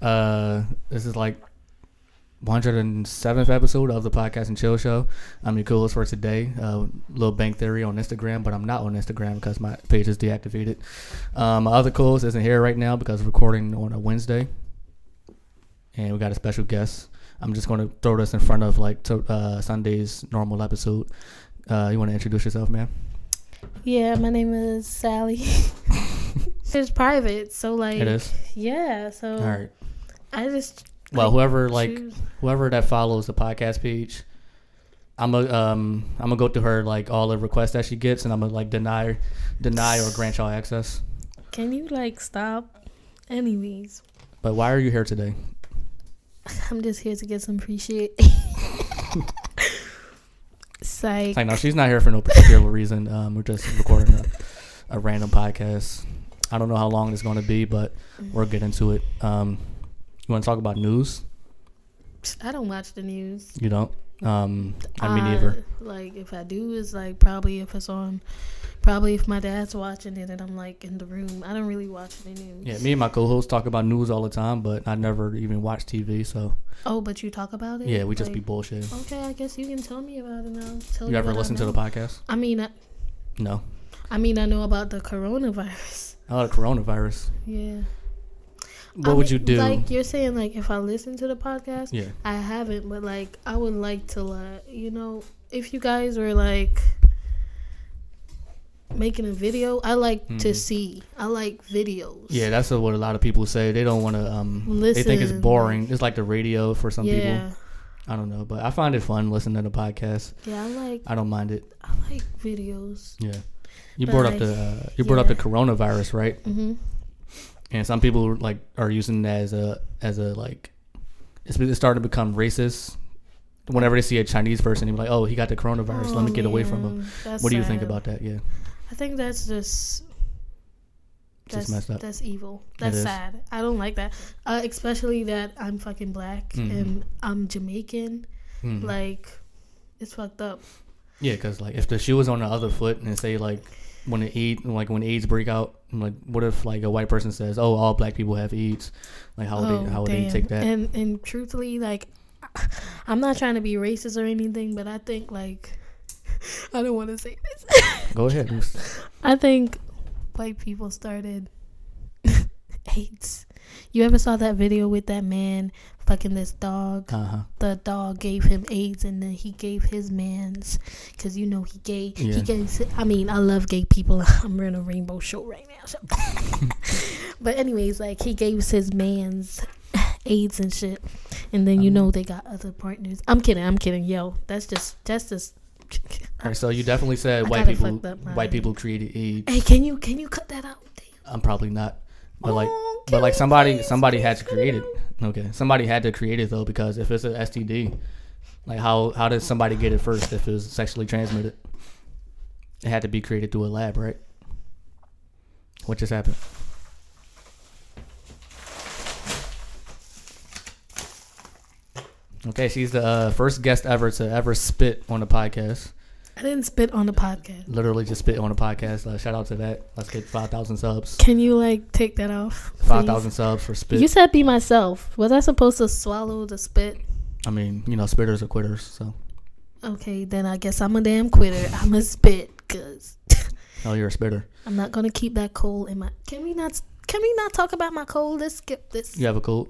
Uh, this is like 107th episode of the podcast and chill show. I'm your coolest for today. Uh, Little Bank Theory on Instagram, but I'm not on Instagram because my page is deactivated. Um, my other coolest isn't here right now because we're recording on a Wednesday, and we got a special guest. I'm just going to throw this in front of like to, uh, Sunday's normal episode. Uh, you want to introduce yourself, man? Yeah, my name is Sally. it's private, so like It is. yeah, so All right. I just Well, whoever like Um, choose- whoever that follows the podcast page, I'm a um I'm gonna go through her like all the requests that she gets, and I'm gonna like deny deny or grant y'all access. can you like stop? Anyways, But why are you here today? I'm just here to get some free shit. it's like, I know she's not here for no particular reason. Um, we're just recording a, a random podcast. I don't know how long it's gonna be, but we'll get into it. Um, you want to talk about news? I don't watch the news. You don't. Um, I mean, Uh, neither. Like if I do, it's like probably if it's on, probably if my dad's watching it and I'm like in the room. I don't really watch the news. Yeah, me and my co-hosts talk about news all the time, but I never even watch TV. So Oh, but you talk about it. yeah, we just be Like, bullshitting. Okay, I guess you can tell me about it now. Tell You ever what I listen to the know. podcast? I mean, I, No. I mean, I know about the coronavirus. Oh, the coronavirus. Yeah. What I would you mean, do? Like you're saying, like if I listen to the podcast, yeah. I haven't, but like I would like to, uh, you know, if you guys were like making a video, I like to Mhm. see. I like videos. Yeah, that's what a lot of people say. They don't want to. Um, they think it's Listen. boring. It's like the radio for some yeah, people. I don't know, but I find it fun listening to the podcast. yeah. I like I don't mind it. I like videos. Yeah. You But brought up like, the uh, you brought up the yeah. coronavirus, right? hmm And some people like are using it as a as a like it's, it's starting to become racist. Whenever they see a Chinese person, they're like, "Oh, he got the coronavirus. Let me get away from him." What do you think about that? Yeah, I think that's just that's messed up. that's evil. That's is. sad. I don't like that. Uh, especially that I'm fucking black Mhm. and I'm Jamaican. Mhm. Like it's fucked up. Yeah, because like if the shoe was on the other foot and say like when it eat like when AIDS break out, I'm like what if like a white person says, "Oh, all black people have AIDS," like how would Oh, they how would they damn. take that? And and truthfully, like I'm not trying to be racist or anything, but I think like I don't want to say this. Go ahead. It's- I think white people started hates. You ever saw that video with that man fucking this dog? Uh-huh. the dog gave him AIDS and then he gave his man's because you know he gay. Yeah. He gave. I mean, I love gay people. I'm wearing a rainbow shirt right now. So. but anyways, like he gave his man's AIDS and shit, and then you Um, know they got other partners. I'm kidding. I'm kidding. Yo, that's just that's just. All right, so you definitely said I white gotta people fuck up my- white people created AIDS. hey, can you can you cut that out? Damn. I'm probably not, but like Oh, but can like we somebody please- somebody please had to cut it create it. out? Okay, somebody had to create it though because if it's an STD, like how how did somebody get it first if it was sexually transmitted? It had to be created through a lab, right? What just happened? Okay, she's the uh, first guest ever to ever spit on a podcast. I didn't spit on the podcast. Literally just spit on a podcast. Uh, shout out to that. Let's get five thousand subs. Can you like take that off? Five please? thousand subs for spit. You said be myself. Was I supposed to swallow the spit? I mean, you know, spitters are quitters. So, Okay, then I guess I'm a damn quitter. I'm a spit because oh, you're a spitter. I'm not gonna keep that cold in my. Can we not? Can we not talk about my cold? Let's skip this. You have a cold.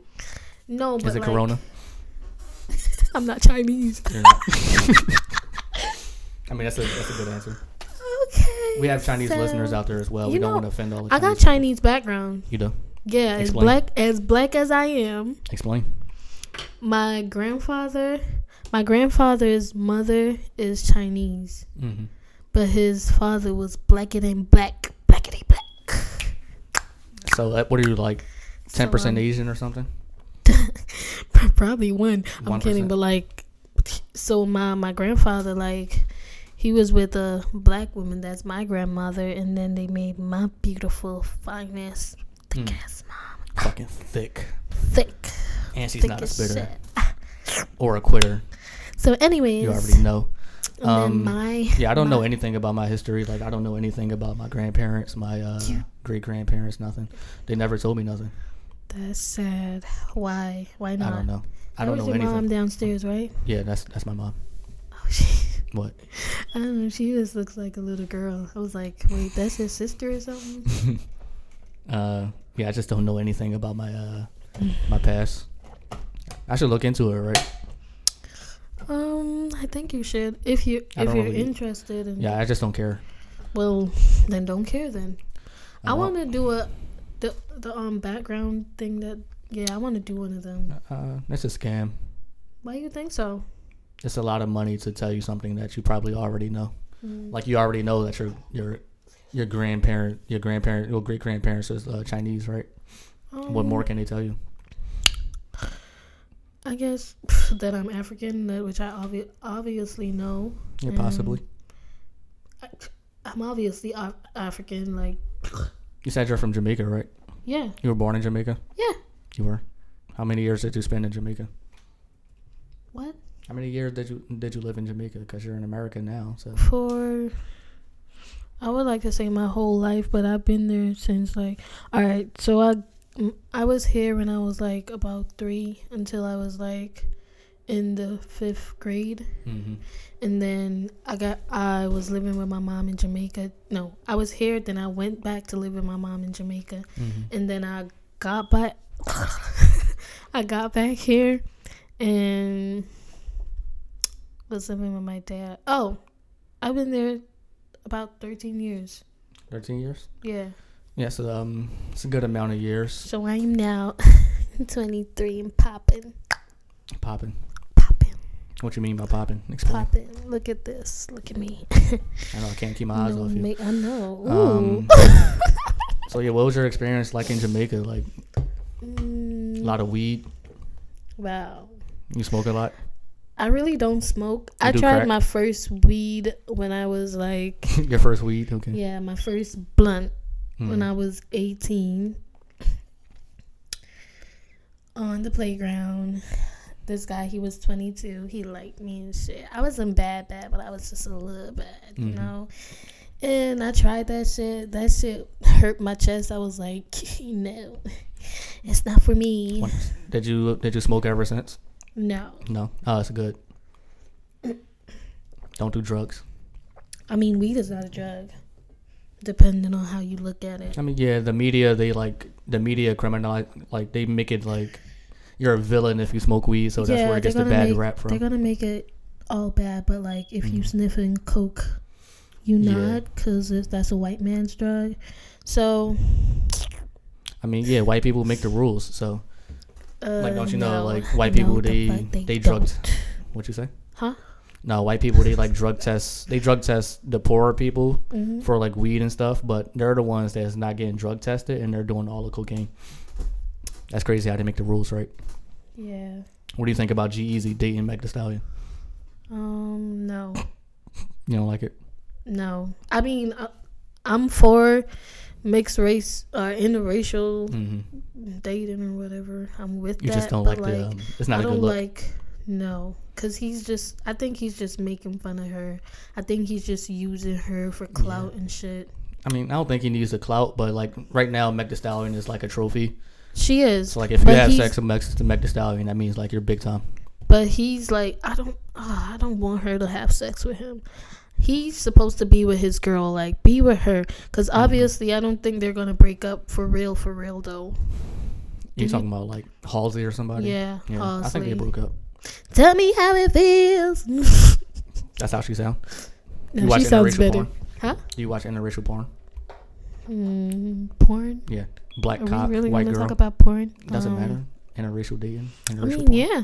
No, but Is it like, Corona? I'm not Chinese. You're not. I mean, that's a that's a good answer. Okay. We have Chinese so- listeners out there as well. We you don't know, want to offend all the. I got people. Chinese background. You do. Yeah, as Explain. black as black as I am, Explain. my grandfather, my grandfather's mother is Chinese, Mm-hmm. but his father was blacker than black, blacker than black. So, uh, what are you like? Ten percent um, Asian or something? probably one. I'm 1%. kidding, but like, so my my grandfather like, he was with a black woman that's my grandmother, and then they made my beautiful finest thick Mm. ass mom Fucking thick. thick, And she's thick not a as spitter shit. or a quitter. So, anyways, You already know. and um, then my Yeah, I don't know my- anything about my history. Like, I don't know anything about my grandparents, my uh, Yeah. great grandparents, nothing. They never told me nothing. That's sad. Why? Why not? I don't know. I That don't was know your anything. mom downstairs, right? Yeah, that's that's my mom. Oh, she. What? I don't know. She just looks like a little girl. I was like, wait, that's his sister or something. Uh, yeah, I just don't know anything about my uh my past. I should look into it, right? Um, I think you should if you I if don't you're really- interested. In, Yeah, I just don't care. Uh, Well, then don't care then. I, don't- want to do a the the um background thing that yeah I want to do one of them. Uh, it's a scam. Why you think so? It's a lot of money to tell you something that you probably already know. Mm. Like you already know that your your your grandparent, your grandparent, your great grandparents is uh, Chinese, right? What Um, more can they tell you? I guess that I'm African, that which I obvi- obviously know. Yeah, Um, possibly. I, I'm obviously af- African, like You said you're from Jamaica, right? yeah, You were born in Jamaica. yeah. You were. How many years did you spend in Jamaica? What How many years did you did you live in Jamaica? Because you're in America now, so for? I would like to say my whole life, but I've been there since like all right. So I mm, I was here when I was like about three until I was like in the fifth grade. hmm and then I got I was living with my mom in Jamaica. No, I was here. Then I went back to live with my mom in Jamaica, and then I got back. I got back here, and was living with my dad. Oh, I've been there about thirteen years. thirteen years. Yeah, Yeah, so um, it's a good amount of years so I am now twenty three and popping, popping. popping, What you mean by popping? Explain. popping. Look at this. Look at me. I know I can't keep my eyes No, off you. ma- I know. Ooh. Um, so yeah, what was your experience like in Jamaica? Like a Mm, lot of weed. wow. You smoke a lot. I really don't smoke. You I do tried crack? my first weed when I was like, your first weed. Okay. yeah, my first blunt Mm. when I was 18 on the playground. This guy, he was 22. He liked me and shit. I wasn't bad, bad, but I was just a little bad, you Mhm. know? And I tried that shit. That shit hurt my chest. I was like, no, it's not for me. What- Did you did you smoke ever since? No. No. Oh, that's good. Don't do drugs. I mean, weed is not a drug, depending on how you look at it. I mean, yeah, the media they like the media criminalize like they make it like you're a villain if you smoke weed, so that's where it gets the they're bad gonna make, rap from. They're gonna make it all bad, but like if you sniffing coke, you Mm. Yeah. not, cause if that's a white man's drug. So, I mean, yeah, white people make the rules, so uh, Like, don't you know, no. like, white No, people, the they- fuck they drugged. don't. what you say? huh? No, white people they like drug test they drug test the poorer people Mhm. for like weed and stuff, but they're the ones that's not getting drug tested and they're doing all the cocaine. That's crazy how they make the rules, right? Yeah. What do you think about G Easy dating Meg Thee Stallion? Um. No. You don't like it? No. I mean, I, I'm for mixed race or interracial hmm dating or whatever. I'm with You Mm-hmm. that. just don't but, like, the. Um, it's not I a good don't look. like no, cause he's just. I think he's just making fun of her. I think he's just using her for clout and shit. I mean, I don't think he needs the clout, but like right now, Meg Thee Stallion is like a trophy. She is. So like, if you but have he's- sex with Meg, Meg Thee Stallion, that means like you're big time. but he's like, I don't. ah, I don't want her to have sex with him. He's supposed to be with his girl. Like, be with her, cause Mm-hmm. obviously, I don't think they're gonna break up for real. For real, though. You Mhm. talking about like Halsey or somebody? Yeah. Yeah, I think they honestly. broke up. Tell me how it feels. no, That's how she sound. she you watch sounds interracial better, porn? huh? Do you watch interracial porn? Mm, porn. Yeah, black Are cop, we really white gonna girl. talk about porn? Doesn't Um, matter. Interracial dating. Interracial I mean, porn. yeah.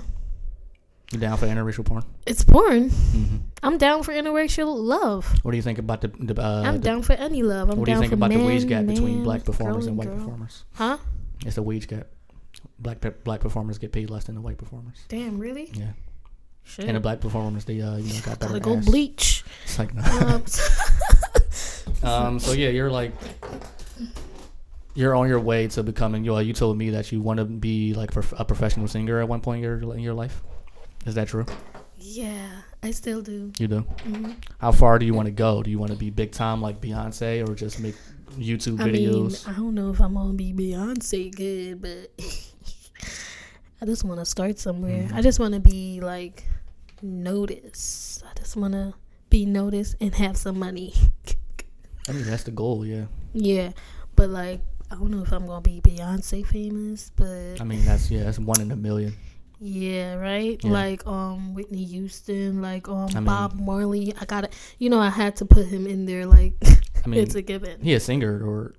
You down for interracial porn? It's porn. hmm I'm down for interracial love. What do you think about the? the uh, I'm the- down for any love. I'm What do down you think for about man, the wage gap between man, black performers girl and white girl. performers? Huh? It's a wage gap. Black pe- black performers get paid less than the white performers. Damn, really? Yeah, Shit. and the black performers they uh you know got better. Gotta go ass. bleach. It's like Um, um. So yeah, you're like you're on your way to becoming. You you told me that you want to be like prof- a professional singer at one point in your in your life. Is that true? yeah, I still do. You do. hmm How far do you want to go? Do you want to be big time like Beyonce, or just make YouTube I mean, videos? I don't know if I'm gonna be Beyonce good, but I just want to start somewhere. Mhm. I just want to be like noticed. I just want to be noticed and have some money. I mean, that's the goal. Yeah. yeah, but like I don't know if I'm gonna be Beyonce famous, but I mean, that's yeah, that's one in a million. yeah, right? Yeah. Like um Whitney Houston, like um mean- Bob Marley. I gotta, you know, I had to put him in there. Like I mean, it's a given. he a singer, or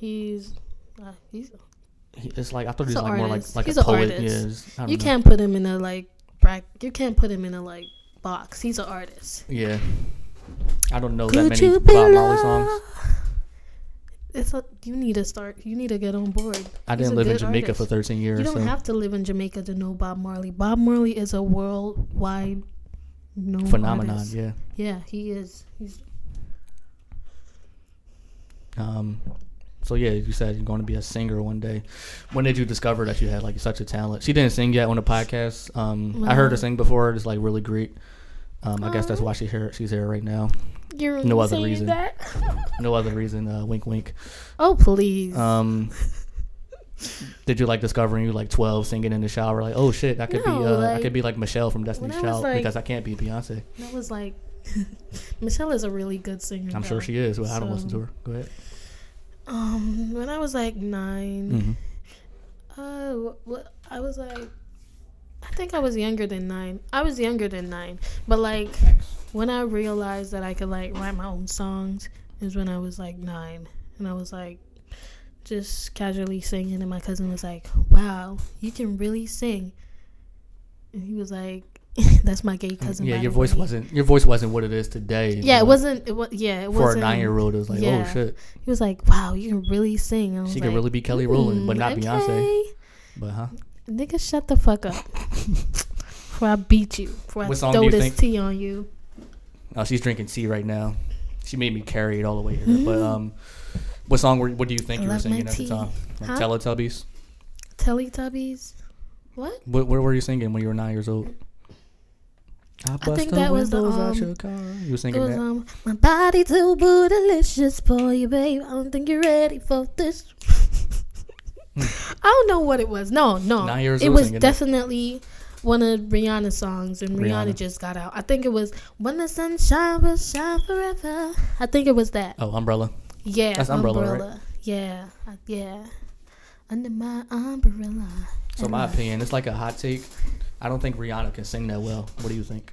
He's uh, he's he, it's like I thought he He's was a like more like artist. like He's a a poet. artist. Yeah, it's- I don't you know. can't put him in a like brack. You can't put him in a like box. He's an artist. Yeah. I don't know Could that many you Bob be Marley songs. loved? It's a, you need to start. You need to get on board. I He's didn't a live in good Jamaica for artist. 13 years. You don't so have to live in Jamaica to know Bob Marley. Bob Marley is a worldwide known phenomenon. artist. Yeah. yeah, he is. He's Um, so yeah, you said you're going to be a singer one day. When did you discover that you had like such a talent? She didn't sing yet on the podcast. Um, I heard her Wow. sing before. It's like really great. Um, I guess that's Aw. why she here. She's here right now. you No other saying reason. That? No other reason. Uh, wink, wink. Oh please. Um, did you like discovering you like 12 singing in the shower? Like, oh shit, I could be. No, Uh, I like, could be like Michelle from Destiny's I was, Child like- because I can't be Beyonce. that was like Michelle is a really good singer. I'm sure though. she is, but I don't listen so- to her. Go ahead. Um, when I was like 9 hmm Oh, well, I was like, I think I was younger than nine. I was younger than nine, but like when I realized that I could like write my own songs is when I was like nine, and I was like just casually singing, and my cousin was like, "Wow, you can really sing," and he was like, "That's my gay cousin." Yeah, by your the voice way." wasn't. Your voice wasn't what it is today. Yeah, it Like, wasn't. It was. Yeah, it For a wasn't. nine-year-old, it was like, oh yeah. shit. He was like, "Wow, you can really sing." And I was She like, could really be Kelly Rowland, but "Mm, not Beyonce. okay." But huh? Nigga, shut the fuck up. Before I beat you. Before I What song do throw you this think- tea on you. Oh, she's drinking tea right now. She made me carry it all the way here. But um, what song? Were, what do you think I you were Mm-hmm. love my singing at the tea. time? Like Huh? Teletubbies. Teletubbies? What? What, what were you singing when you were nine years old? I, bust think the that was the, windows out um, your car. You were It singing was, that. um, my body too boo delicious for you, babe. I don't think you're ready for this. I don't know what it was. No, no. Nine years it old was singing that. definitely one of Rihanna's songs, and Rihanna. Rihanna. just got out. I think it was When the Sunshine Will Shine Forever. I think it was that. oh, Umbrella. Yeah, That's Umbrella, umbrella. right? Yeah, uh, yeah. Under my umbrella. So my opinion, it's like a hot take. I don't think Rihanna can sing that well. What do you think?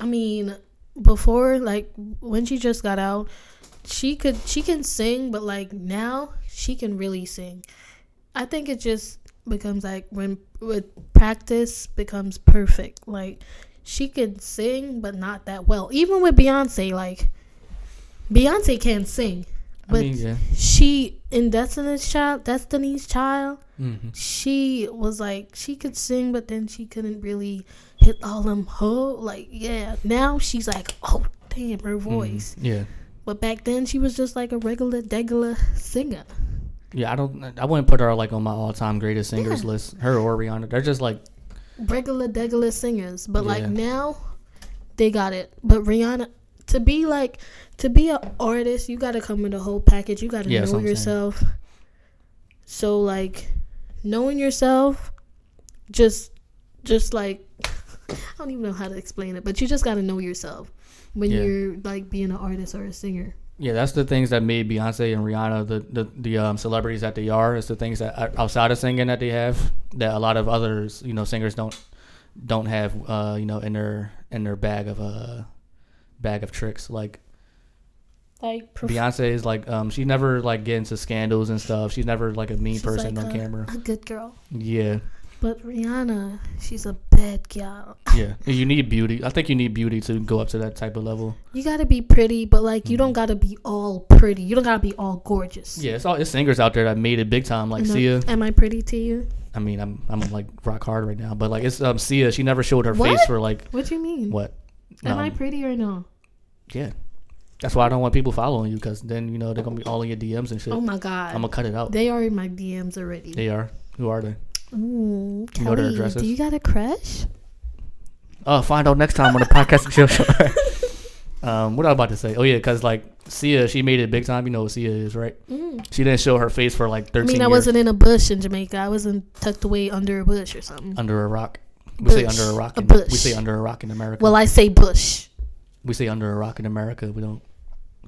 I mean, before like when she just got out, she could she can sing, but like now she can really sing. I think it just becomes like when with practice becomes perfect. Like she can sing, but not that well. Even with Beyonce, like Beyonce can sing, I but mean, yeah. she in Destiny's Child, Destiny's Child, Mm-hmm. she was like she could sing, but then she couldn't really hit all them ho like yeah. Now she's like oh damn her voice, Mm-hmm. Yeah. but back then she was just like a regular degular singer. Yeah, I don't. I wouldn't put her like on my all-time greatest singers Yeah. list. Her or Rihanna, they're just like regular degular singers, but Yeah. like now they got it. But Rihanna to be like to be an artist, you got to come with a whole package. You got to Yeah, that's know what I'm saying. yourself. So like knowing yourself just just like I don't even know how to explain it, but you just got to know yourself when Yeah. you're like being an artist or a singer. Yeah, that's the things that made Beyonce and Rihanna the the, the um, celebrities that they are. It's the things that are outside of singing that they have that a lot of others you know singers don't don't have uh, you know in their in their bag of uh bag of tricks. Like Like Beyonce is like um she never like get into scandals and stuff. She's never like a mean She's person like on a- camera. a good girl. Yeah, But Rihanna, she's a bad gal. yeah. You need beauty. I think you need beauty to go up to that type of level. You gotta be pretty, but like you don't gotta be all pretty. You don't gotta be all gorgeous. Mm-hmm. Yeah, it's all it's singers out there that made it big time. Like Am I- Sia. Am I pretty to you? I mean, I'm I'm like rock hard right now, but like it's um Sia. She never showed her What? face for like. What do you mean? What? Am I Um, pretty or no? yeah. That's why I don't want people following you because then, you know, they're going to be all in your DMs and shit. Oh my I'm god. going to cut it out. they are in my DMs already. They are. Who are they? Ooh, You know their Kelly, addresses? do you got a crush? Uh, find out next time on the podcast and chill show. um, what I was about to say? Oh yeah, because like Sia, she made it big time. You know what Sia is, right? Mm. She didn't show her face for like I thirteen. mean, I years wasn't in a bush in Jamaica. I wasn't tucked away under a bush or something. under a rock. We say Bush. under a rock. A In, bush. We say under a rock in America. Well, I say bush. we say under a rock in America. We don't.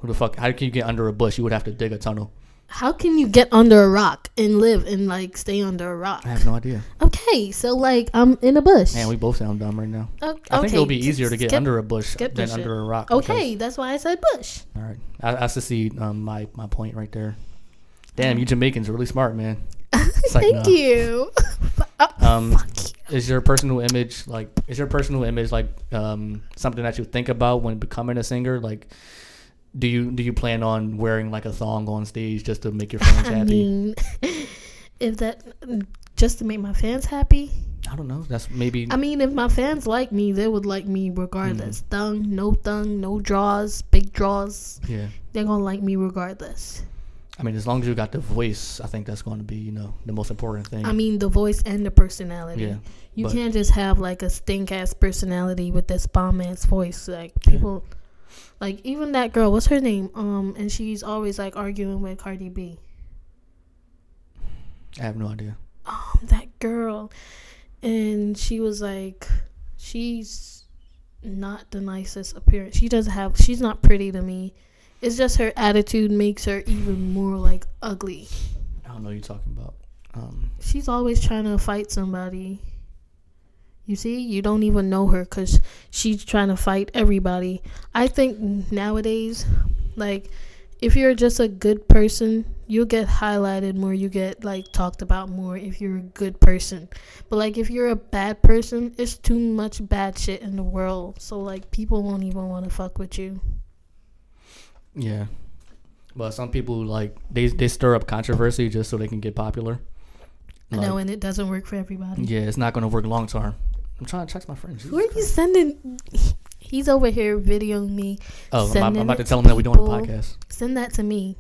Who the fuck? How can you get under a bush? You would have to dig a tunnel. How can you get under a rock and live and like stay under a rock? I have no idea. Okay, so like I'm in a bush. Man, we both sound dumb right now. O- okay, I think it'll be easier to get skip- under a bush skip than this shit. under a rock. because- Okay, that's why I said bush. all right. I, I succeed. Um, my my point right there. Damn, you Jamaicans are really smart, man. It's like, Thank nah. you. Oh, Um, fuck you. is your personal image like is your personal image like um something that you think about when becoming a singer like do you do you plan on wearing like a thong on stage just to make your fans I happy mean, if that mm, just to make my fans happy. i don't know that's maybe I mean, if my fans like me, they would like me regardless. Mm. Thung, no thung, no draws, big draws. yeah They're gonna like me regardless. i mean as long as you got the voice i think that's going to be you know the most important thing I mean, the voice and the personality. Yeah, you but- can't just have like a stink ass personality with this bomb ass voice. Like people, like even that girl, what's her name? Um, and she's always like arguing with Cardi B. i have no idea um, that girl, and she was like, she's not the nicest appearance. She doesn't have. She's not pretty to me. It's just her attitude makes her even more like ugly. i don't know what you're talking about um She's always trying to fight somebody. You see, you don't even know her because she's trying to fight everybody. I think nowadays, like, if you're just a good person, you'll get highlighted more. You get, like, talked about more if you're a good person. But, like, if you're a bad person, it's too much bad shit in the world. So, like, people won't even want to fuck with you. yeah but some people like they they stir up controversy just so they can get popular I know, Like, and it doesn't work for everybody. yeah it's not going to work long term i'm trying to text my friends Who are you sending? He's over here videoing me. oh I'm- I'm, sending about it to tell them that we're doing a people? podcast Send that to me.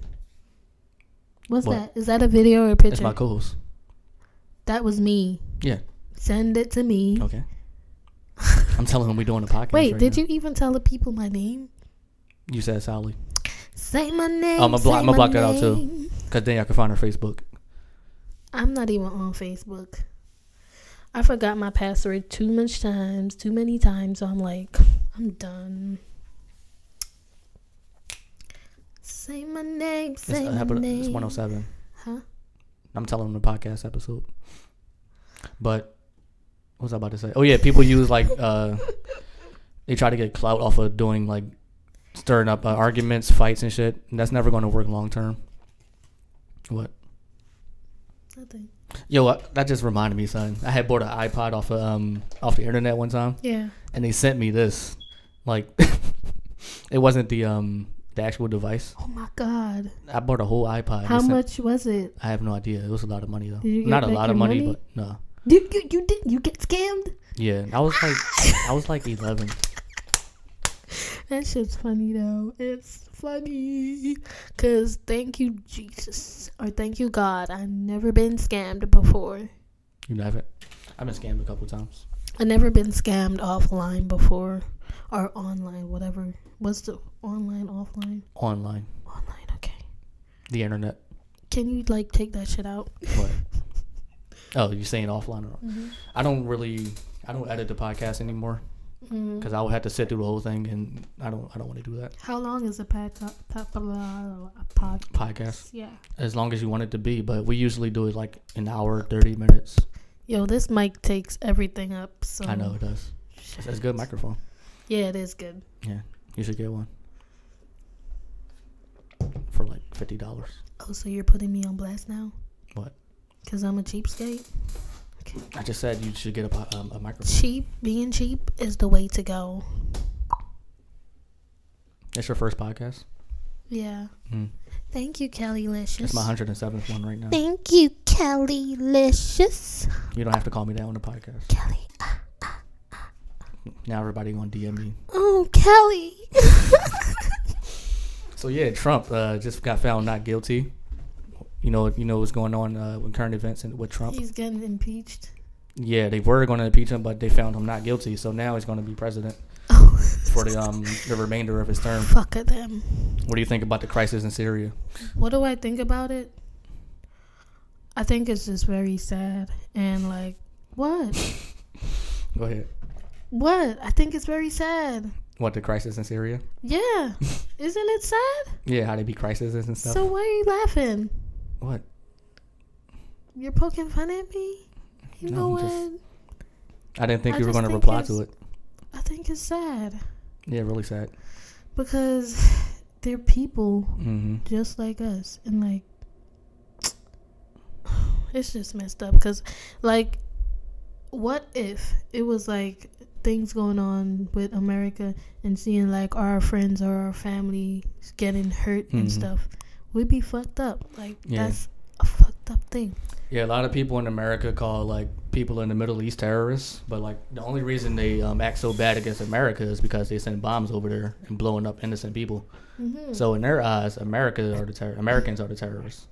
What's What? that? Is that a video or a It's picture? my co-host. That was me. Yeah. Send it to me. Okay. I'm telling him we're doing a podcast. Wait, right did now. you even tell the people my name? You said Sally. Say my name. I'ma block- say I'ma my block that out too. name. Because then y'all can find her Facebook. I'm not even on Facebook. I forgot my password too much times, too many times. So I'm like, I'm done. Say my name. It's, Say my episode, name. it's 107. Huh? I'm telling him the podcast episode. But what was I about to say? Oh, yeah. People use like, uh, they try to get clout off of doing like stirring up uh, arguments, fights, and shit. And that's never going to work long term. What? Nothing. Yo, uh, that just reminded me, son. I had bought an iPod off of, um, off the internet one time. Yeah. and they sent me this. Like, it wasn't the um the actual device. Oh my God. I bought a whole iPod. They How sent- much was it? I have no idea. It was a lot of money though. Did you get Not a back lot your of money, money? but no. You you you did you get scammed? Yeah, I was like, I was like eleven. That shit's funny though. It's funny. Cause thank you Jesus or thank you God. I've never been scammed before. You know, I've, I've been scammed a couple times. I've never been scammed offline before or online, whatever. What's the online offline? Online, Online, okay. the internet. Can you like take that shit out? What? oh, you saying offline? Or, Mm-hmm. I don't really, I don't edit the podcast anymore Mm. because I would have to sit through the whole thing, and I don't, I don't want to do that How long is a pod? pod, pod podcast yeah. as long as you want it to be. But we usually do it like an hour, thirty minutes. Yo, this mic takes everything up. So I know it does. It's, it's a good microphone. Yeah, it is good. Yeah, you should get one for like fifty dollars. Oh, so you're putting me on blast now? What? Cause I'm a cheapskate. I just said you should get a, po- um, a microphone. Cheap, being cheap is the way to go. It's your first podcast. Yeah. Mm. Thank you, Kelly Licious. It's my hundred and seventh one right now. Thank you, Kelly Licious. You don't have to call me that on the podcast. Kelly. Now everybody gonna DM me. Oh, Kelly. So yeah, Trump uh, just got found not guilty. You know, you know what's going on uh, with current events and with Trump. He's getting impeached. Yeah, they were going to impeach him, but they found him not guilty. So now he's going to be president Oh. for the um the remainder of his term. Fuck at them. What do you think about the crisis in Syria? What do I think about it? I think it's just very sad and like what? Go ahead. What? I think it's very sad. What the crisis in Syria? Yeah. Isn't it sad? Yeah, how they be crises and stuff. So why are you laughing? what? You're poking fun at me? You No, know I'm what? just- I didn't think I you were just going to think reply to it. it's- I think it's sad Yeah, really sad. because they're people Mm-hmm. just like us and like it's just messed up because like what if it was like things going on with america and seeing like our friends or our family getting hurt Mhm. and stuff we'd be fucked up like Yeah. that's a fucked up thing Yeah, a lot of people in America call like people in the Middle East terrorists, but like the only reason they um, act so bad against America is because they send bombs over there and blowing up innocent people. mm-hmm. So in their eyes, America are the terror- Americans are the terrorists.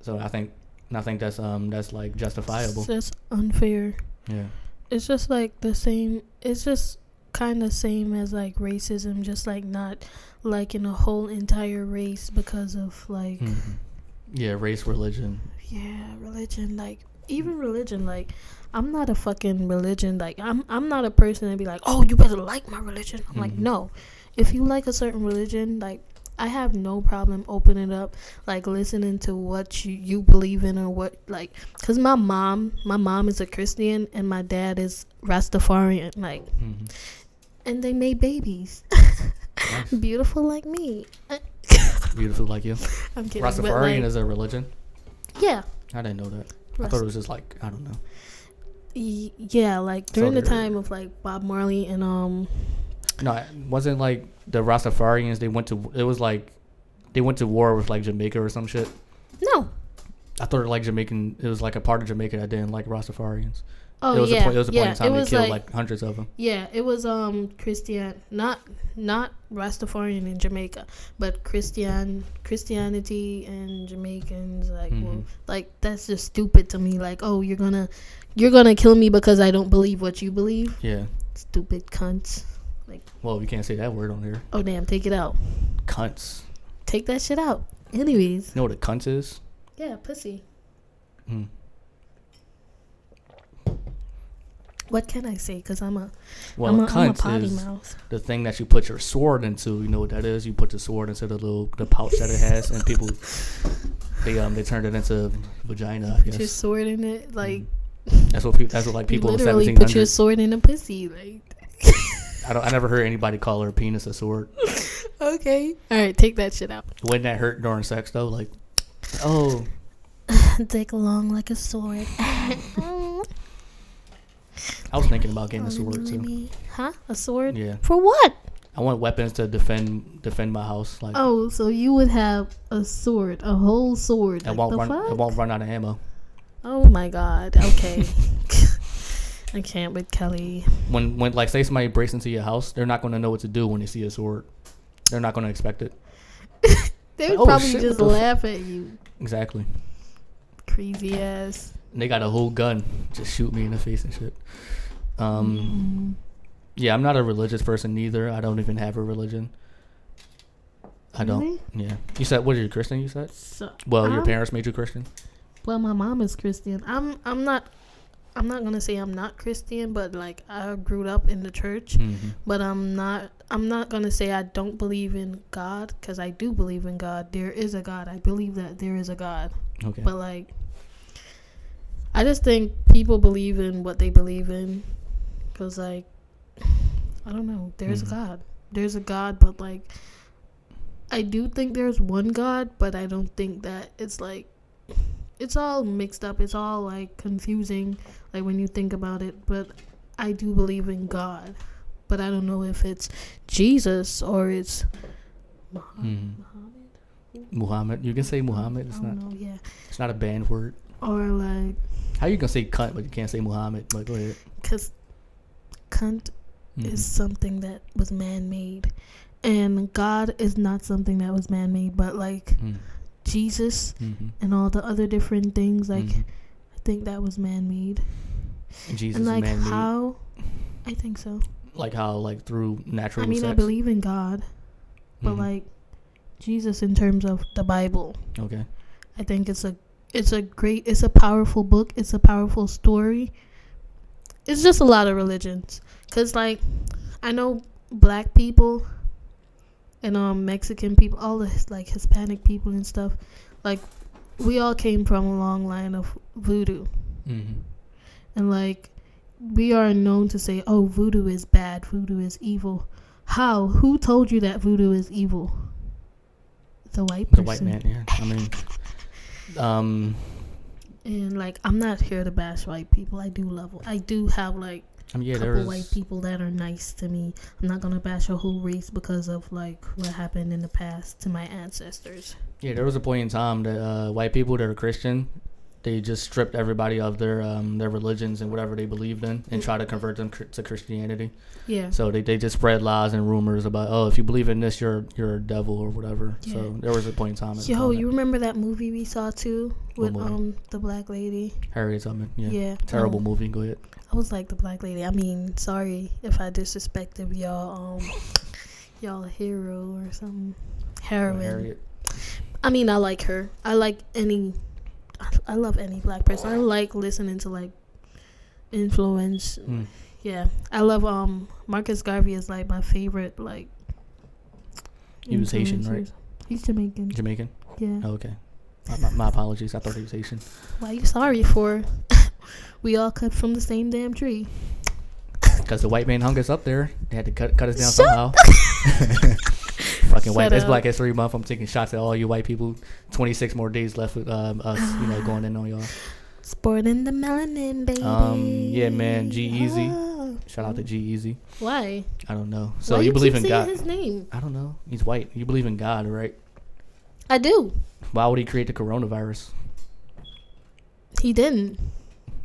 So I think and I think that's um that's like justifiable. it's just unfair Yeah. it's just like the same it's just kind of same as like racism just like not liking a whole entire race because of like Mhm. Yeah, race, religion. yeah religion like even religion like i'm not a fucking religion like i'm i'm not a person to be like oh you better like my religion i'm like Mhm. no if you like a certain religion like i have no problem opening up like listening to what you, you believe in or what like because my mom my mom is a christian and my dad is rastafarian like hmm and they made babies beautiful like me Beautiful like you. i'm kidding but, Rastafarian like, is a religion. yeah I didn't know that. I Rast- thought it was just like I don't know. Y- yeah like during the they're- time of like bob marley and um No, it wasn't like the Rastafarians. They went to it was like they went to war with like Jamaica or some shit. no I thought like Jamaican. It was like a part of Jamaica that didn't like Rastafarians. oh it was yeah a point. It was a point yeah in time it they was killed like, like, hundreds of them. yeah it was um christian not not rastafarian in jamaica but christian christianity and jamaicans like well, Mhm. like that's just stupid to me like oh you're gonna you're gonna kill me because i don't believe what you believe Yeah. stupid cunts Well, we can't say that word on here. oh damn take it out Cunts. take that shit out anyways You know what a cunt is? yeah pussy Hmm. what can i say because i'm a Well, am a, a I'm a cunt potty is mouth the thing that you put your sword into. You know what that is? You put the sword into the little the pouch that it has, and people they um they turned it into vagina. I put your guess. sword in it like That's what people. That's what like people you in literally seventeen put your hundreds. sword in a pussy like I don't. I never heard anybody call her penis a sword. okay all right take that shit out Wouldn't that hurt during sex though? Like, oh, dick long like a sword Mm, I was thinking about getting a on sword too. enemy. huh a sword Yeah, for what I want weapons to defend defend my house. Like, oh so you would have a sword a whole sword I like won't the run. I fuck? won't run out of ammo. oh my god okay i can't with kelly When when like say somebody breaks into your house, they're not gonna know what to do when they see a sword. They're not gonna expect it. they would Oh, probably shit, just what the f- laugh at you Exactly. crazy ass And they got a whole gun just shoot me in the face and shit. Um, Mm-hmm. yeah, I'm not a religious person neither. I don't even have a religion. I don't. Really? Yeah. You said what are you Christian? You said. so Well, your I'm- parents made you Christian. Well, my mom is Christian. I'm I'm not I'm not gonna say I'm not Christian, but like I grew up in the church. Mm-hmm. But I'm not I'm not gonna say I don't believe in God because I do believe in God. There is a God. I believe that there is a God. Okay. But like I just think people believe in what they believe in because like I don't know. There's Mhm. a God. There's a God, but like I do think there's one God, but I don't think that it's like it's all mixed up. It's all like confusing, like when you think about it. But I do believe in God, but I don't know if it's Jesus or it's Muhammad. Mhm. Muhammad? Muhammad. You can say Muhammad. It's I don't not. know. Yeah, It's not a banned word. or like How you gonna say cunt but you can't say Muhammad? But go ahead. because cunt Mhm. is something that was man made, and God is not something that was man made, but like Mhm. Jesus Mhm. and all the other different things, like Mhm. I think that was man made. Jesus and like man made. how? I think so. Like how like through natural I mean, sex. I believe in God, but Mhm. like Jesus in terms of the Bible, okay. I think it's a it's a great it's a powerful book. It's a powerful story. It's just a lot of religions, cause like I know black people and um Mexican people, all the his- like Hispanic people and stuff, like we all came from a long line of voodoo. Mhm. And like we are known to say, "Oh, voodoo is bad. Voodoo is evil." How? Who told you that voodoo is evil? The white The person. white man. Yeah. I mean, um, And like I'm not here to bash white people. I do love I do have like I mean, um, yeah, a there couple is. white people that are nice to me. I'm not going to bash a whole race because of like what happened in the past to my ancestors. Yeah, there was a point in time that uh, white people that are Christian, they just stripped everybody of their um, their religions and whatever they believed in, and try to convert them cr- to Christianity. Yeah. So they, they just spread lies and rumors about oh, if you believe in this, you're you're a devil or whatever. So Yeah. there was a point in time. in Yo, time that you remember that movie we saw too What with movie? um the black lady? Harriet Tubman. Yeah. Yeah. Terrible um, movie. Go ahead. I was like the black lady. I mean, sorry if I disrespected y'all, um, y'all hero or something, heroine. Harriet. I mean, I like her. I like any. I- I love any black person. I like listening to like influence. Mm. Yeah, I love um Marcus Garvey is like my favorite like. He was Haitian, right? influencers. He's Jamaican. Jamaican. Yeah. Oh, okay. My, my, my apologies. I thought he was Haitian. Why you sorry for? we all cut from the same damn tree. Because the white man hung us up there. They had to cut cut us down Shut somehow. Fucking white. Shut It's up. Black History Month. I'm taking shots at all you white people. 26 more days left with um, us, you know, going in on y'all. Sporting the melanin, baby. Um, yeah, man, G-Eazy. Ah. Shout out to G Easy. Why? I don't know. So Why you, you believe keep in saying God? His name. I don't know. He's white. You believe in God, right? I do. Why would he create the coronavirus? He didn't.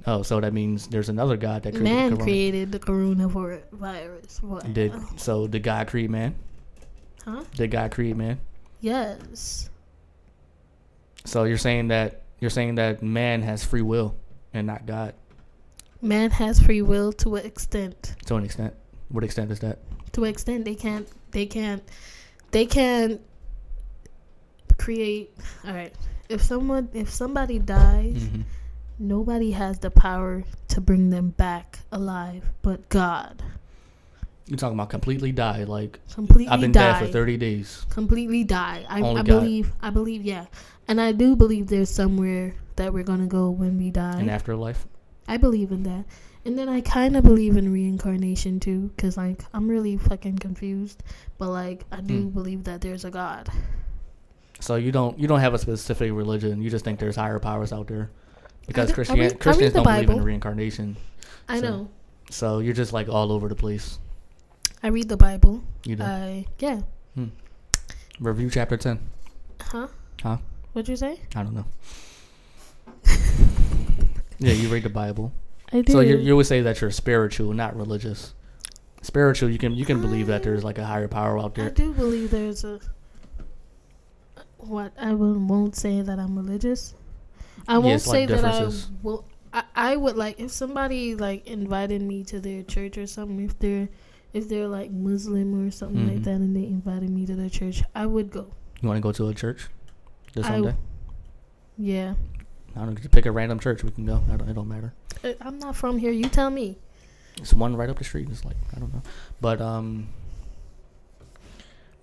Oh, so that means there's another God that created man the corona. created the coronavirus. What? Did so? Did God create man? Oh. Huh? Did God create man? Yes. So you're saying that you're saying that man has free will and not God Man has free will to what extent? to an extent. What extent is that? To what extent they can't? They can't. They can't create. All right. If someone, if somebody dies, Mm-hmm. nobody has the power to bring them back alive, but God. You're talking about completely die. Like Completely I've been die. dead for 30 days. completely die. I, Only I God. believe. I believe. Yeah, and I do believe there's somewhere that we're gonna go when we die. in afterlife. I believe in that, and then I kind of believe in reincarnation too, cause like I'm really fucking confused, but like I do Hmm. believe that there's a God. So you don't you don't have a specific religion. You just think there's higher powers out there. Because do- I Christian read- I read Christians the don't believe in Bible. reincarnation. I So- know. So you're just like all over the place. I read the Bible. You know. I yeah. Review chapter 10. Huh? Huh? What'd you say? I don't know. yeah, you read the Bible. I do. So you you would say that you're spiritual, not religious. Spiritual, you can you can believe that there's like a higher power out I there. do believe there's a. What I will, won't say that I'm religious. I won't Yes, say like that I differences. will. I, I would like if somebody like invited me to their church or something. If they're if they're like Muslim or something Mhm. like that, and they invited me to their church, I would go. You want to go to a church this I Sunday? Yeah, I don't know. Just pick a random church. We can go. I don't, it don't matter. Uh, I'm not from here. You tell me. It's one right up the street. It's like I don't know, but um,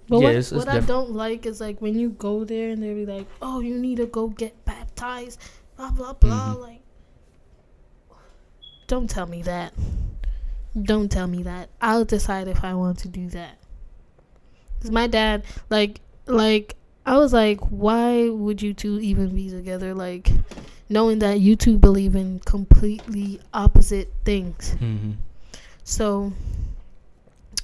But yeah, what, it's, it's what I diff- don't like is like when you go there and they be like, "Oh, you need to go get baptized," blah blah blah. Mhm. Like, don't tell me that. Don't tell me that. I'll decide if I want to do that. 'Cause my dad, like, like I was like, why would you two even be together? Like, knowing that you two believe in completely opposite things. Mhm. So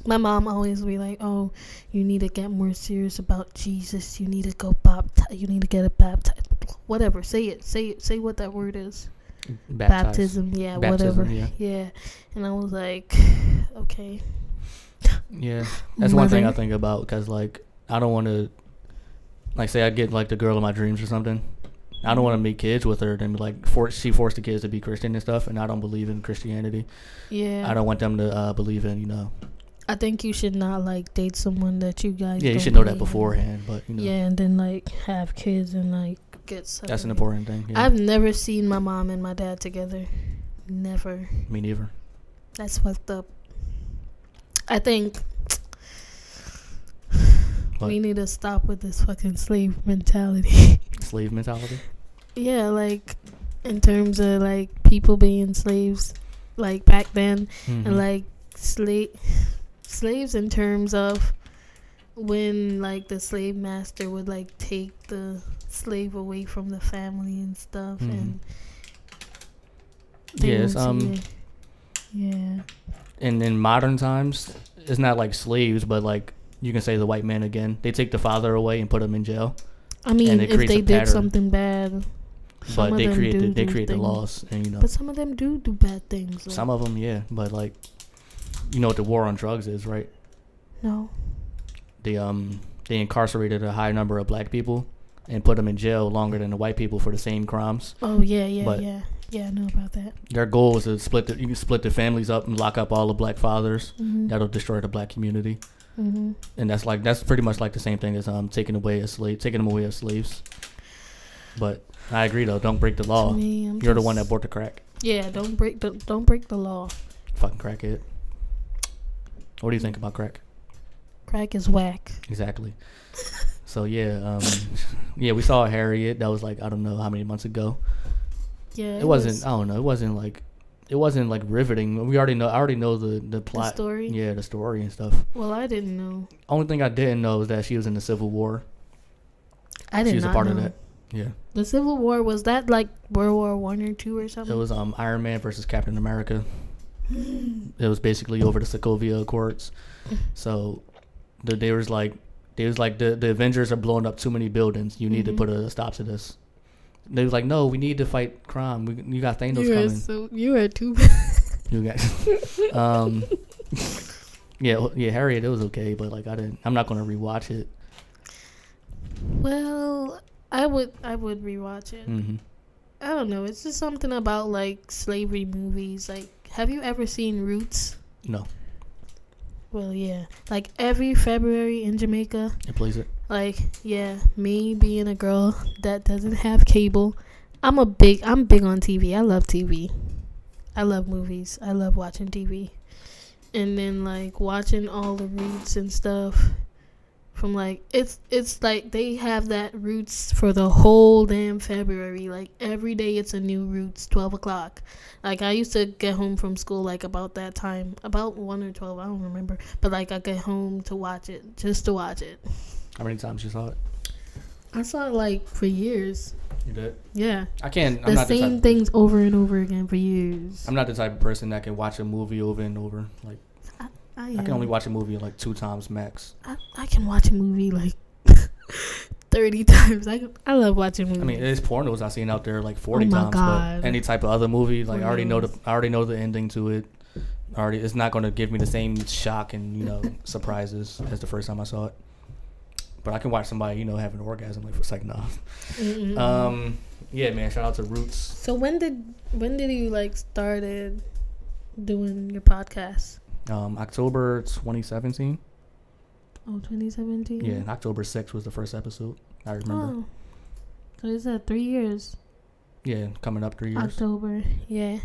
my mom always be like, "Oh, you need to get more serious about Jesus. You need to go baptized. You need to get a baptized. Whatever. Say it. Say it. Say what that word is. Baptized. Baptism. Yeah. Baptism, whatever. yeah. Yeah. And I was like, okay. Yeah, that's one thing I Mother. think about because like I don't want to, like, say I get like the girl of my dreams or something, I don't want Mm-hmm. to make kids with her. And like, for, she forced the kids to be Christian and stuff. And I don't believe in Christianity. Yeah. I don't want them to uh, believe in, you know. I think you should not like date someone that you guys. Yeah, you don't should know that believe in. beforehand. But you know, Yeah, and then like have kids and like get. that's an separated. important thing. Yeah. I've never seen my mom and my dad together. Never. Me neither. That's fucked up. I think What? we need to stop with this fucking slave mentality. Slave mentality. yeah, like in terms of like people being slaves, like back then, and Mhm. like slave slaves in terms of when like the slave master would like take the slave away from the family and stuff Mhm. and they yes. won't see Um, it. yeah and in modern times, it's not like slaves, but like you can say the white man again. They take the father away and put him in jail. I mean, and it if creates a they did pattern. something bad, Some but of they them create the, do they do create the things. laws, and you know but some of them do do bad things. Like, some of them, yeah. But like, you know what the war on drugs is, right? no, They um they incarcerated a high number of black people and put them in jail longer than the white people for the same crimes. oh yeah, yeah, But- yeah, yeah. I know about that. Their goal was to split the you can split the families up and lock up all the black fathers. hmm That'll destroy the black community, hmm and that's like that's pretty much like the same thing as um taking away a slave, taking them away as slaves. But I agree though, don't break the law. me, I'm You're the one that just- bought the crack. Yeah, don't break the don't break the law. Fucking crackhead. What do you think about crack? Crack is whack. Exactly. so yeah, um, yeah, we saw Harriet. That was like I don't know how many months ago. Yeah, It, wasn't. was I don't know. It wasn't like. It wasn't like riveting. We already know. I already know the the the plot. story. Yeah, the story and stuff. Well, I didn't know. Only thing I didn't know is that she was in the Civil War. I did She was a not part know. of that. Yeah, The Civil War was that like World War One or two or something. it was um Iron Man versus Captain America. it was basically over the Sokovia Accords. So, the, they was like, they was like the the Avengers are blowing up too many buildings. You need Mhm. to put a stop to this. They was like, no, we need to fight crime. We, you got Thanos you are coming. so you are too. You guys. um, yeah, well, yeah, Harriet, it was okay, but like I didn't. I'm not gonna rewatch it. well, I would I would rewatch it. hmm I don't know. It's just something about like slavery movies. Like, have you ever seen Roots? No, Well, yeah. Like every February in Jamaica, it plays it. like yeah, me being a girl that doesn't have cable, I'm a big I'm big on TV. I love TV. I love movies. I love watching TV. And then like watching all the Roots and stuff from like it's it's like they have that Roots for the whole damn February. Like every day it's a new Roots, 12 o'clock. Like I used to get home from school like about that time, about 1 or 12, I don't remember. But like I get home to watch it, just to watch it. How many times you saw it? I saw it like for years. You did. Yeah, I can't. I'm the not the same type, things over and over again for years. I'm not the type of person that can watch a movie over and over. Like I am. can only watch a movie like two times max. I, I can watch a movie like thirty times. I I love watching movies. I mean, there's pornos I've seen out there like 40 Mm. Oh my times. God. But any type of other movie, like I already know the Pornos. I already know the ending to it. Already, it's not gonna give me the same shock and you know surprises as the first time I saw it. But I can watch somebody you know have an orgasm like for a second off. Mm-mm. Um, yeah, man. Shout out to Roots. so when did when did you like started doing your podcast? Um, October 2017. Oh, 2017? Yeah, and October 6th was the first episode. I remember. Mm. Oh. So is that three years? Yeah, coming up three years. October. Yeah.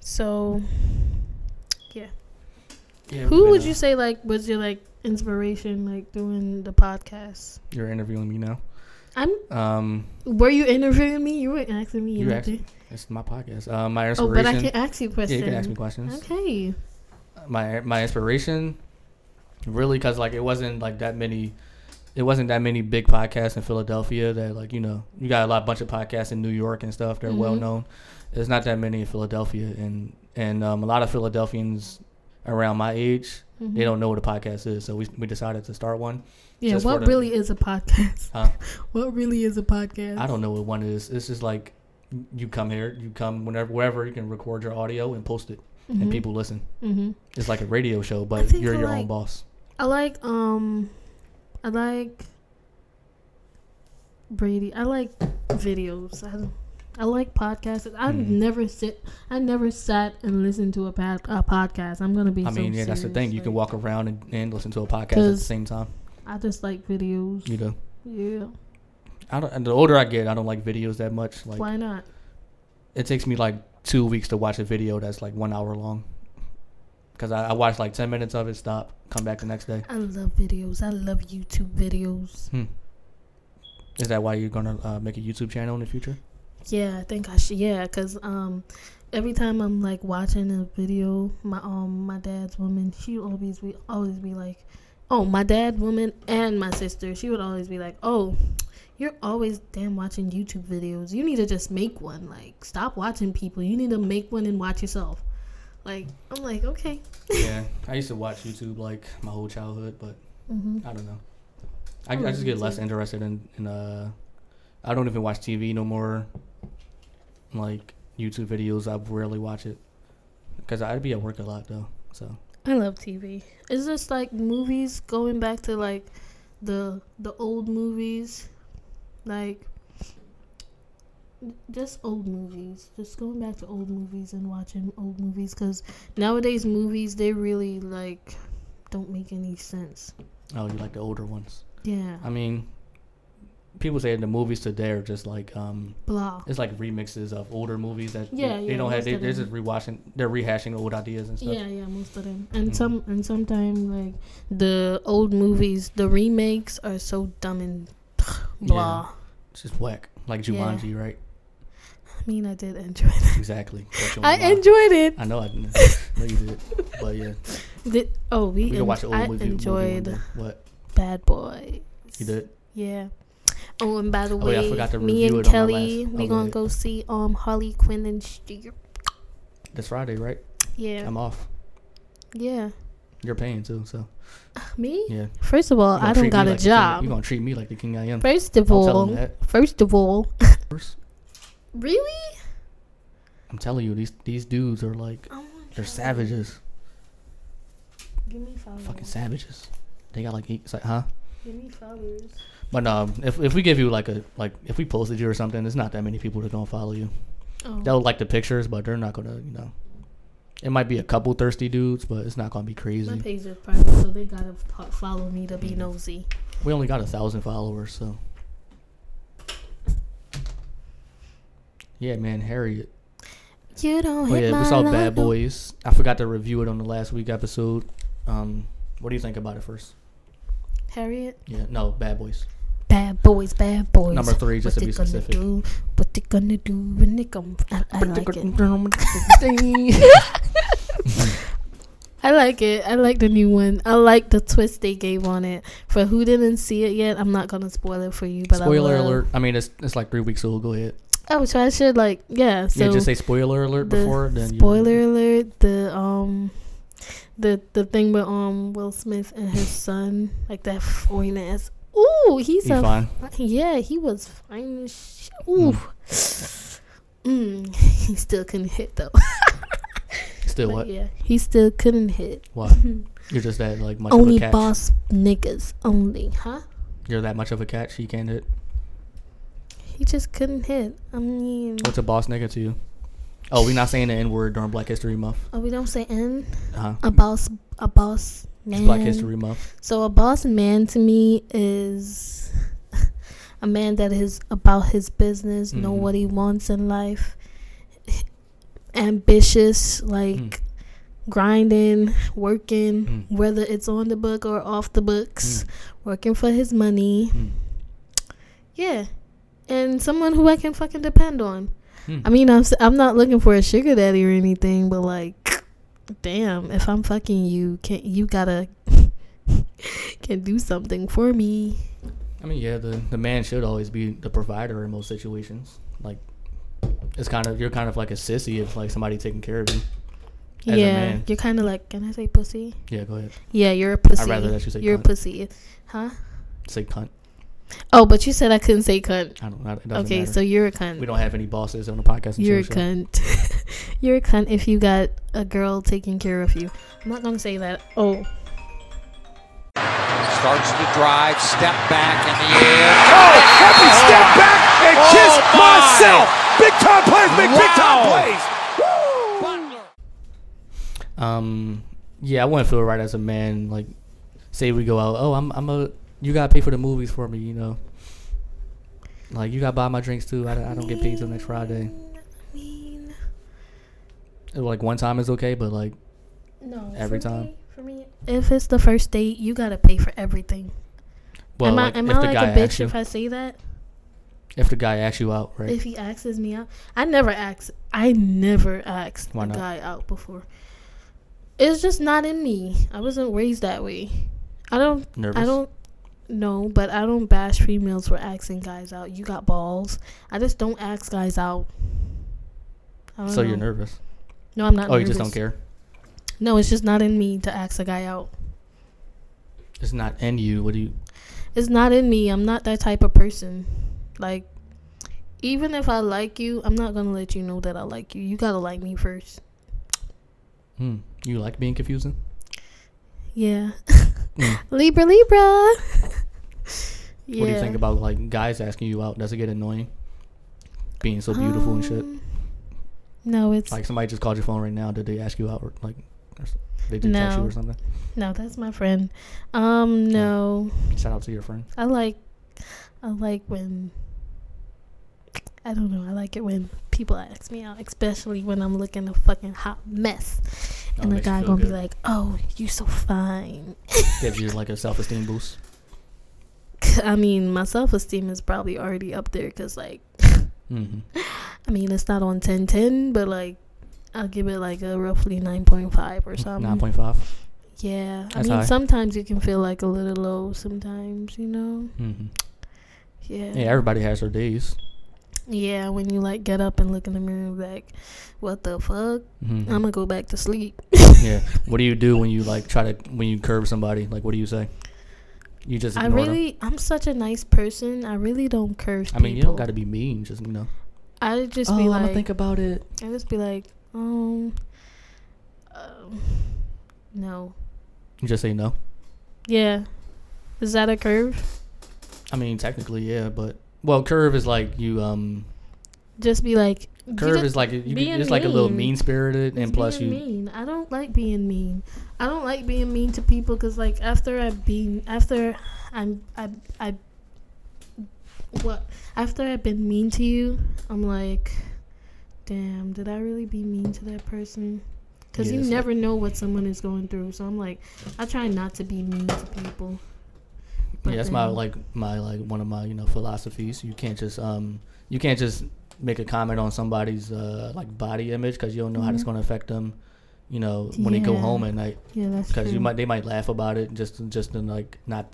So Yeah, who but, would uh, you say like was your like inspiration like doing the podcast? You're interviewing me now. I'm Um, Were you interviewing me? You were asking me. You You asked- it's my podcast. Uh, my Oh, but inspiration. I can ask you yeah, questions. you can ask me questions. Okay. my my inspiration really because like it wasn't like that many it wasn't that many big podcasts in philadelphia that like you know you got a lot bunch of podcasts in new york and stuff they're well Mhm. known there's not that many in philadelphia and and um, a lot of philadelphians around my age Mhm. they don't know what a podcast is so we, we decided to start one Yeah. just for What the- really is a podcast? Huh? What really is a podcast? i don't know what one is it's just like you come here you come whenever wherever you can record your audio and post it Mm-hmm. and people listen hmm it's like a radio show but think you're I your own like- boss I like um, I like Brady. I like videos. I, I like podcasts. I Mhm. never sit. I never sat and listened to a, pod, a podcast. I'm gonna be. I so mean, yeah, that's the serious, thing. You can like, walk around and, and listen to a podcast at the 'Cause- same time. I just like videos. You know, Yeah. I don't. And the older I get, I don't like videos that much. Like Why not? it takes me like two weeks to watch a video that's like one hour long. Because I, I watch like ten minutes of it, stop, come back the next day. I love videos. I love YouTube videos. Hmm. Is that why you're gonna uh, make a YouTube channel in the future? Yeah, I think I should. Yeah, cause um, every time I'm like watching a video, my um my dad's woman, she always be always be like, oh my dad woman and my sister, she would always be like, oh, you're always damn watching YouTube videos. You need to just make one. Like stop watching people. You need to make one and watch yourself. Like I'm like okay. yeah, I used to watch YouTube like my whole childhood, but Mm-hmm. I don't know. I, Oh, I just get me less too. interested in, in uh I don't even watch TV no more. Like YouTube videos, I rarely watch it because I'd be at work a lot though. So I love TV. It's just like movies going back to like the the old movies, like just old movies. Just going back to old movies and watching old movies because nowadays movies they really like don't make any sense. oh, you like the older ones? Yeah, I mean, people say the movies today are just like um blah. it's like remixes of older movies that they- Yeah, they, yeah, don't have most they, of they're them. just rewatching they're rehashing old ideas and stuff. Yeah, yeah, most of them. And Mhm. some and sometimes like the old movies, the remakes are so dumb and blah. It's just whack like Yeah. Jumanji, right? I mean, I did enjoy it. Exactly. That's your I line. enjoyed it. I know I didn't. know you did, but yeah, Did, oh, we, we en- can watch the old I movie. movie one enjoyed day. what Bad Boy. you did. Yeah. Oh, and by the Oh, way, yeah, I forgot to me review it on and my Kelly, last- we oh, gonna yeah. go see um Harley Quinn and Sh- This Friday, right? yeah, I'm off. yeah. You're paying too, so Me? yeah. First of all, You gonna I treat don't me got like the a king- You job. gonna treat me like the king I am? First of Don't tell them all, that. first of all, First, really? I'm telling you, these these dudes are like I wanna they're try. savages, Give me followers. fucking savages. They got like eight, it's like huh? Give me followers. But no, if if we give you like a like if we posted you or something, it's not that many people that gonna follow you. Oh. They'll like the pictures, but they're not gonna you know. It might be a couple thirsty dudes, but it's not gonna be My crazy. page is private, so they gotta po- follow me to be nosy. We only got a thousand followers, so. Yeah, man, Harriet. You don't Oh hit yeah, my we saw line, Bad no- Boys. I forgot to review it on the last week episode. Um, what do you think about it first? Harriet. Yeah, no, Bad Boys. Bad boys, bad boys. Number three, just to what they be gonna specific. do? What they gonna do when they come? I, I like it. I like it. I like the new one. I like the twist they gave on it. For who didn't see it yet, I'm not gonna spoil it for you. But spoiler I love- alert. I mean, it's it's like three weeks old. Go ahead. Oh, so I should like yeah. So yeah, just say spoiler alert the before. Then you- spoiler alert. The um, the the thing with um Will Smith and his son, like that foreign ass. Ooh, he's You a fine? Yeah, he was fine as sh Ooh. Hmm. Mm. He still couldn't hit though. Still But what? yeah, he still couldn't hit. Why? You're just that like much only of a catch. boss niggas only, huh? You're that much of a catch. You can't hit. He just couldn't hit. I mean, What's a boss nigga to you? Oh, we're not saying the N word during Black History Month. oh, we don't say N. Uh huh. A boss, a boss It's man. Black History Month. So a boss man to me is a man that is about his business, know Mhm. what he wants in life, ambitious, like Mm. grinding, working, Mm. whether it's on the book or off the books, Mm. working for his money. Mm. Yeah. And someone who I can fucking depend on. Mm. I mean, I'm s- I'm not looking for a sugar daddy or anything, but like, damn, if I'm fucking you, can you gotta can do something for me? I mean, yeah, the, the man should always be the provider in most situations. Like, it's kind of you're kind of like a sissy if like somebody taking care of you. As a yeah, man. you're kind of like, can I say pussy? Yeah, go ahead. Yeah, you're a pussy. rather that you say you're cunt. a pussy, huh? Say cunt. Oh, but you said I couldn't say cunt. I don't. know. It doesn't Okay, matter. so you're a cunt. we don't have any bosses on the podcast. and You're a chill show. cunt. You're a cunt if you got a girl taking care of you. I'm not gonna say that. Oh. Starts to drive, step back in the air. Oh, happy step back and Oh, kiss my. myself. Big time plays, big, big time Wow. plays. Butler. Um, yeah, I wouldn't feel right as a man. Like, say we go out. Oh, I'm, I'm a. You gotta pay for the movies for me. You know. Like you gotta buy my drinks too. I, don't- I don't get paid till next Friday. I mean, Like one time is okay, but like no. Every for time. me- for me, if it's the first date, you gotta pay for everything. well, am I, like, am if I the like guy a asks bitch you, if I say that? if the guy asks you out, right? If he asks me out, I never asked. I never asked Why a not? guy out before. It's just not in me. I wasn't raised that way. I don't. Nervous? I don't. know, but I don't bash females for asking guys out. You got balls. I just don't ask guys out. I don't so you're know. nervous. No, I'm not. oh, you just don't nervous. care. No, it's just not in me to ask a guy out. It's not in you. What do you? It's not in me. I'm not that type of person. Like, even if I like you, I'm not gonna let you know that I like you. You gotta like me first. Hmm. You like being confusing? Yeah. Mm. Libra, Libra. yeah. What do you think about like guys asking you out? Does it get annoying? Being so beautiful and shit. Um, No, it's Like somebody just called your phone right now. Did they ask you out or like? Or s- they did text you No. or something. no, that's my friend. Um, no, Shout out to your friend. I like, I like when. I don't know. I like it when people ask me out, especially when I'm looking a fucking hot mess, Oh, and the makes you guy feel gonna be good. like, "Oh, you so fine." Gives you like a self esteem boost. I mean, my self esteem is probably already up there because, like, hmm I mean, it's not on 10 10, but like, I'll give it like a roughly 9.5 or something. Nine point five. Yeah. I That's mean, high. sometimes you can feel like a little low sometimes, you know? Mm-hmm. Yeah. Yeah, everybody has their days. Yeah, when you like get up and look in the mirror and be like, what the fuck? Mhm. I'm gonna go back to sleep. yeah. What do you do when you like try to when you curb somebody? Like, what do you say? You just I ignore them. really, I'm such a nice person. I really don't curse I mean, you people. don't got to be mean. Just you know. I just oh, be I'm like, gonna think about it. I just be like, um, um, no. You just say no. Yeah. Is that a curve? I mean, technically, yeah, but well, curve is like you. Um, Just be like curve is like you, being it's like a little mean. mean spirited, and plus you. being mean. I don't like being mean. I don't like being mean to people because like after I've been after I'm I I what after I've been mean to you, I'm like, damn, did I really be mean to that person? Because Yeah, you it's like- never know what someone is going through. So I'm like, I try not to be mean to people. But yeah, that's my then- like my like one of my you know philosophies. You can't just um you can't just make a comment on somebody's uh like body image because you don't know how it's Mhm. going to affect them. You know when they go Yeah. home at night Yeah, that's because you true. might they might laugh about it just just to like not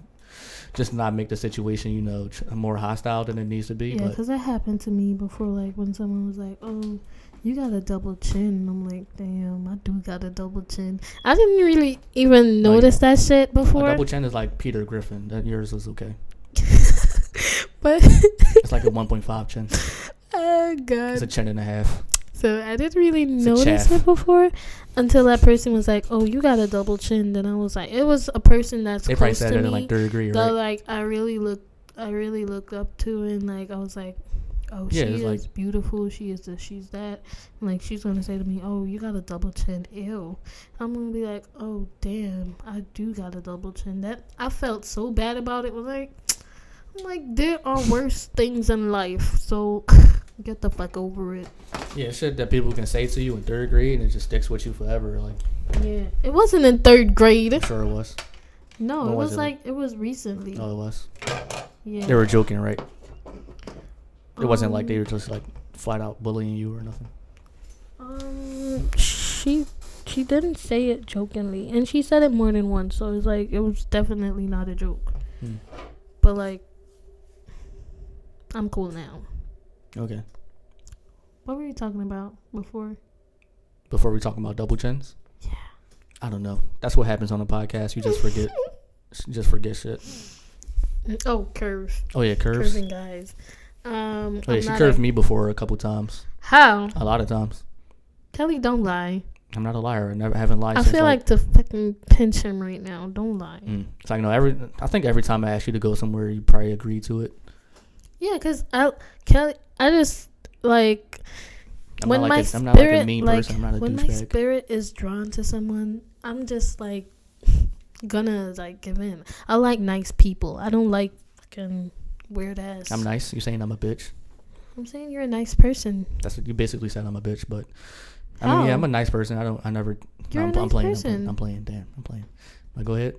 just not make the situation you know tr- more hostile than it needs to be. Yeah, but because that happened to me before, like when someone was like, "Oh, you got a double chin." I'm like, "Damn, I do got a double chin." I didn't really even No, you notice that shit a before, double chin is like Peter Griffin. That yours is okay. but It's like a one point five chin. oh It's a god, chin and a half. so I didn't really a notice chaff. it before until that person was like, "Oh, you got a double chin." Then I was like, "It was a person that's They probably close said to it me in like third degree, that right? like I really look, I really look up to, and like I was like." Oh, Yeah, she it's is like- beautiful. She is this. She's that. And like she's gonna say to me, "Oh, you got a double chin." Ew. I'm gonna be like, "Oh, damn, I do got a double chin." That I felt so bad about it. Was like, I'm like, there are worse things in life. So get the fuck over it. Yeah, shit that people can say to you in third grade and it just sticks with you forever. Like Yeah, it wasn't in third grade. I'm sure it was. No, When it was was, it? like it was recently. Oh, it was. yeah, They were joking, right? It wasn't like they Um, were just like flat out bullying you or nothing. Um, she she didn't say it jokingly, and she said it more than once. So it's like it was definitely not a joke. Hmm. But like, I'm cool now. Okay. What were you talking about before? Before we talk about double chins. Yeah. I don't know. That's what happens on the podcast. You just forget. just forget shit. Oh, curve, Oh yeah, curves. curving guys. Um, Oh yeah, I'm she not curved a- me before a couple times. How A lot of times. Kelly, don't lie. I'm not a liar. I never haven't lied. I since, feel like to fucking pinch him right now. Don't lie. Mm. It's like no, every I think every time I ask you to go somewhere, you probably agree to it. Yeah, cause I Kelly, I just like I'm when not my like a, I'm not spirit, like a mean like, person. I'm not a when my douchebag. spirit is drawn to someone, I'm just like gonna like give in. I like nice people. I don't like fucking weird ass. I'm nice. You're saying I'm a bitch. I'm saying you're a nice person. That's what you basically said. I'm a bitch, but I mean, yeah, How? I'm a nice person. I don't. I never. Oh. You're I'm, a I'm nice playing. person. I'm playing. I'm playing. Damn, I'm playing. But go ahead.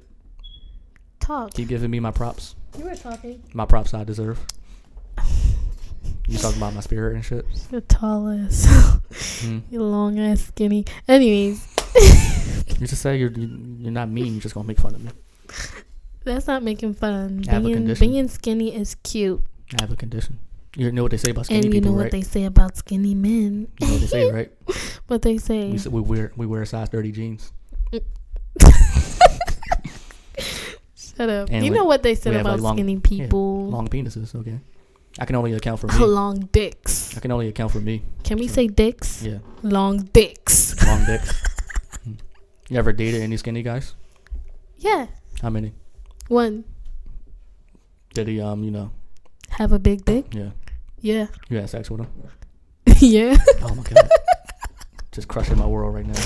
Talk. Keep giving me my props. You were talking. My props I deserve. You talking about my spirit and shit. You're tall ass. Hmm. you long ass skinny. Anyways, You just say you're you- you're not mean. You're just gonna make fun of me. that's not making fun. I have a Being, condition. being skinny is cute. I have a condition. You know what they say about skinny and you people, know what right? they say about skinny men. you know what they say, right? what they say. We, s- we wear we wear size thirty jeans. Shut up. And you we- know what they said we have, about like, long- skinny Yeah, people? long, long penises. Okay, I can only account for me. Oh, dicks. I can only account for me. Can we Sure. say dicks? Yeah, Long dicks. long dicks. Hmm. you ever dated any skinny guys? Yeah. How many? One, Did he um you know? have a big dick. Yeah, Yeah. you had sex with him. yeah. Oh my god, just crushing my world right now.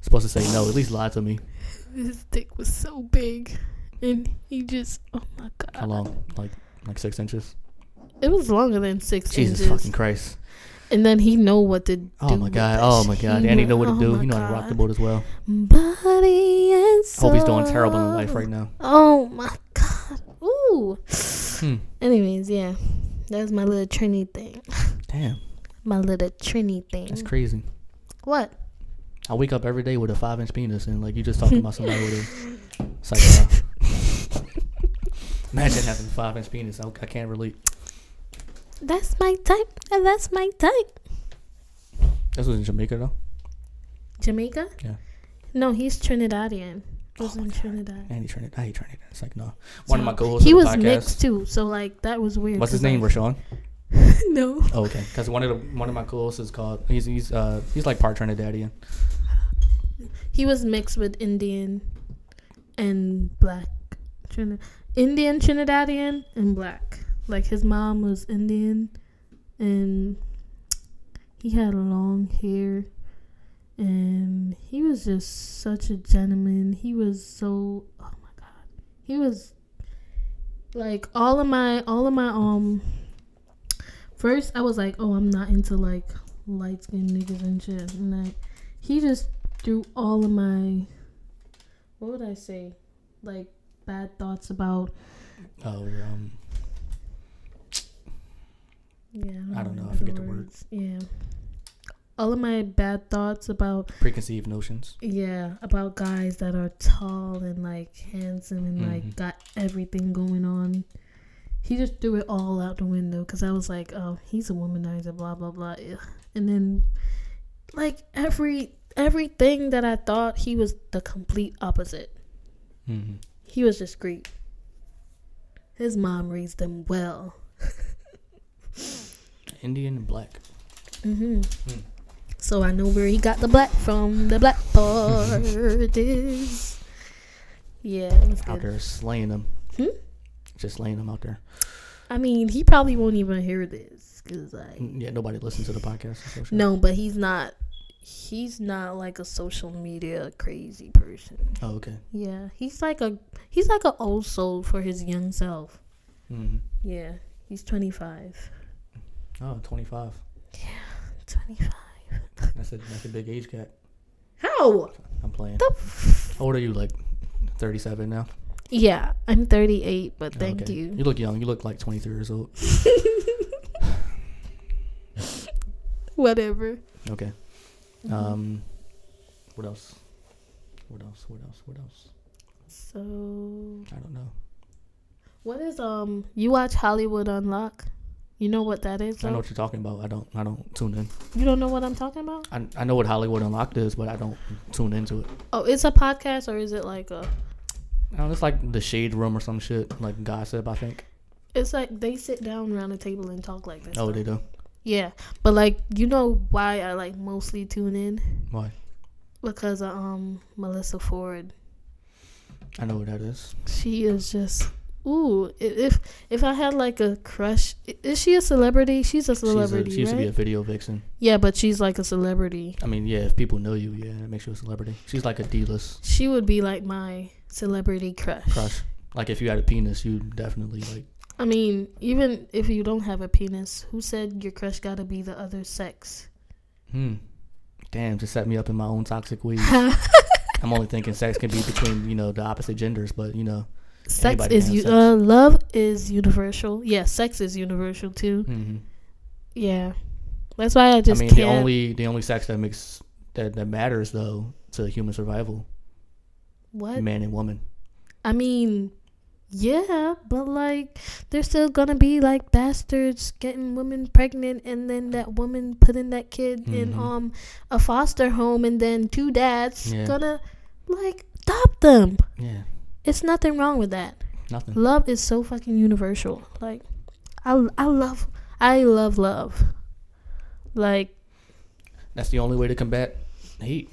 supposed to say no. At least lie to me. His dick was so big. And he just, oh my God. How long? Like like six inches. It was longer than six Jesus inches. fucking Christ. And then he know what to do. Oh my with god. that Oh my shit. god. And he know what oh to do. my He know how to rock the God. boat as well. Body and soul. Hope he's doing terrible in life right now. Oh my god. Ooh. Hmm. Anyways, yeah. That's my little trini thing. Damn. My little trini thing. That's crazy. What? I wake up every day with a five inch penis, and like you just talking about somebody with a psycho. Imagine having a five inch penis. I, I can't relate. That's my type. And that's my type. This was in Jamaica though, Jamaica? Yeah. No, he's Trinidadian. Was in Trinidad. and he turned it. I hate turning it. It's like no. One of my So, co-hosts. He of the was podcast, mixed too, so like that was weird. What's his 'cause, name? like- Rashawn. no. Oh, okay. Because one of the one of my co-hosts is called. He's he's uh he's like part Trinidadian. He was mixed with Indian and black. Trini- Indian, Trinidadian, and black. Like his mom was Indian and he had long hair and he was just such a gentleman. He was so oh my god. He was like all of my all of my um first I was like, "Oh, I'm not into like light skinned niggas and shit." And like he just through all of my what would I say? Like bad thoughts about Oh, you're, um, yeah. I don't know, I remember forget the word. words. Yeah. All of my bad thoughts about preconceived notions. yeah, about guys that are tall and like handsome and like Mhm. got everything going on. He just threw it all out the window because I was like, oh, he's a womanizer, blah blah blah. Ugh. And then, like every everything that I thought he was the complete opposite. Mm-hmm. He was just great. His mom raised him well. Indian and black. hmm So I know where he got the black from. The black part is. Yeah, it was out good. there slaying them. Hmm? Just slaying them out there. I mean, he probably won't even hear this. Cause like, Mm, Yeah, nobody listens to the podcast. and social. no, but he's not. He's not like a social media crazy person. Oh, okay. Yeah, he's like a he's like a old soul for his young self. hmm Yeah, he's twenty five. Oh, 25. Twenty five. That's a that's a big age gap. How? I'm playing. The f- How old are you? Like 37 now. Yeah, I'm 38, but Oh, thank okay. you. You look young. You look like 23 years old. Whatever. Okay. Mm-hmm. Um, what else? What else? What else? What else? So, I don't know. what is um? You watch Hollywood Unlock? You know what that is? I know though? what you're talking about. I don't. I don't tune in. You don't know what I'm talking about? I, I know what Hollywood Unlocked is, but I don't tune into it. Oh, it's a podcast or is it like a? I don't, it's like the Shade Room or some shit, like gossip. I think. It's like they sit down around a table and talk like this. Oh, they do. Yeah, but like you know why I like mostly tune in? Why? because of um Melissa Ford. I know what that is. She is just ooh. i- If if I had like a crush, i- is she a celebrity? She's a She's a, celebrity, she used to right? be a video vixen. yeah, but she's like a celebrity. I mean, yeah, if people know you, yeah, that makes you a celebrity. She's like a D-list She would be like my celebrity crush. crush. Like if you had a penis, you definitely like. I mean, even if you don't have a penis, who said your crush got to be the other sex? Hmm. Damn, just set me up in my own toxic weeds. I'm only thinking sex can be between you know the opposite genders, but you know. Sex Anybody is can you. have sex. Uh, love is universal. Yeah, sex is universal too. hmm Yeah, that's why I just I mean, can't. the only the only sex that makes that that matters though to human survival, what man and woman. I mean, yeah, but like, there's still gonna be like bastards getting women pregnant, and then that woman putting that kid in Mhm. um a foster home, and then two dads Yeah. gonna like adopt them. Yeah, It's nothing wrong with that. nothing. Love is so fucking universal. Like, I I love I love love. Like, That's the only way to combat heat.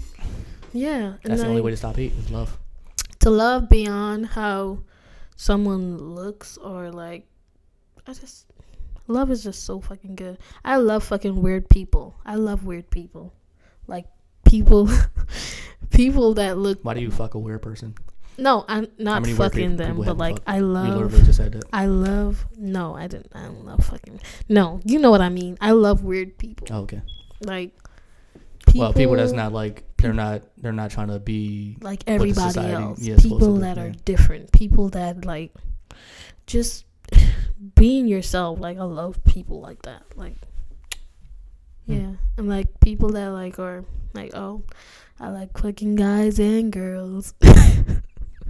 yeah, and That's the only like, way to stop heat is love. to love beyond how someone looks or like I just love is just so fucking good. I love fucking weird people. I love weird people. Like people people that look Why do you fuck a weird person? no, I'm not many weird peop- fucking them, people have but you like fucked? I you love literally just said that. I love no, I didn't I don't love fucking no, you know what I mean. I love weird people. Oh, okay. Like well, people that's not like they're not they're not trying to be like the everybody society else. is supposed to people look that are like. different. People that like just being yourself. Like I love people like that. Like Hmm. yeah, and like people that like are like oh, I like fucking guys and girls.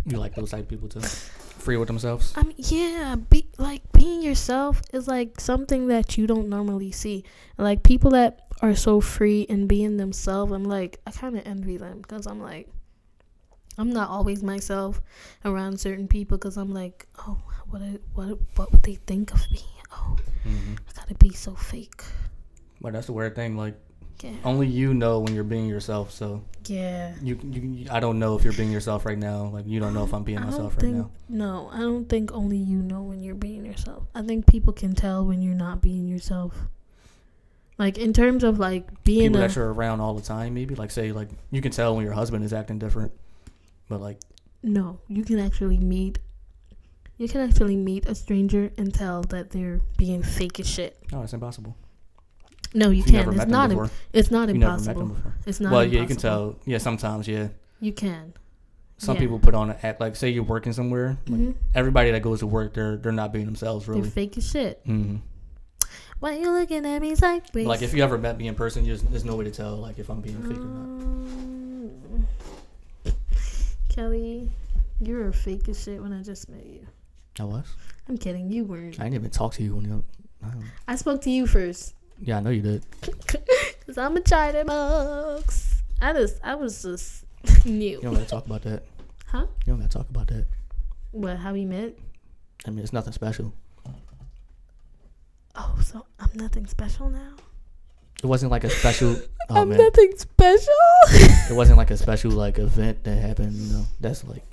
you like those type of people too, free with themselves. I mean yeah, be like being yourself is like something that you don't normally see. And, like people that are so free and being themselves. I'm like I kind of envy them because I'm like. I'm not always myself around certain people because I'm like, oh, what, I- what, what would they think of me? Oh, hmm I gotta be so fake. But that's the weird thing. Like Yeah, only you know when you're being yourself. So yeah. you, you I don't know if you're being yourself right now. Like you don't know if I'm being I don't myself right think, now. No, I don't think only you know when you're being yourself. I think people can tell when you're not being yourself. Like in terms of like being people a, that you're around all the time, maybe like say like you can tell when your husband is acting different, but like no, you can actually meet. You can actually meet a stranger and tell that they're being fake as shit. no, it's impossible. No, You you, can't. never It's met not. them im- before. it's not You never met them impossible. before. It's not. well, yeah, you can impossible. tell. Yeah, sometimes, yeah. You can. Some Yeah. people put on an act. Like, say you're working somewhere. Like, Mhm. Everybody that goes to work, they're they're not being themselves, They're really. fake as shit. hmm Why you looking at me sideways? Like, if you ever met me in person, you just, there's no way to tell like if I'm being fake or not. Um, Kelly, you were fake as shit when I just met you. I was. I'm kidding, you weren't. I didn't even talk to you when you. I don't, I spoke to you first. yeah, I know you did. Cause I'm a China box. I just, I was just You don't new. gotta talk about that. Huh? You don't gotta talk about that. What? How we met? I mean, it's nothing special. Oh, so I'm nothing special now. It wasn't like a special. Oh I'm man, nothing special. it wasn't like a special like event that happened. You know, that's like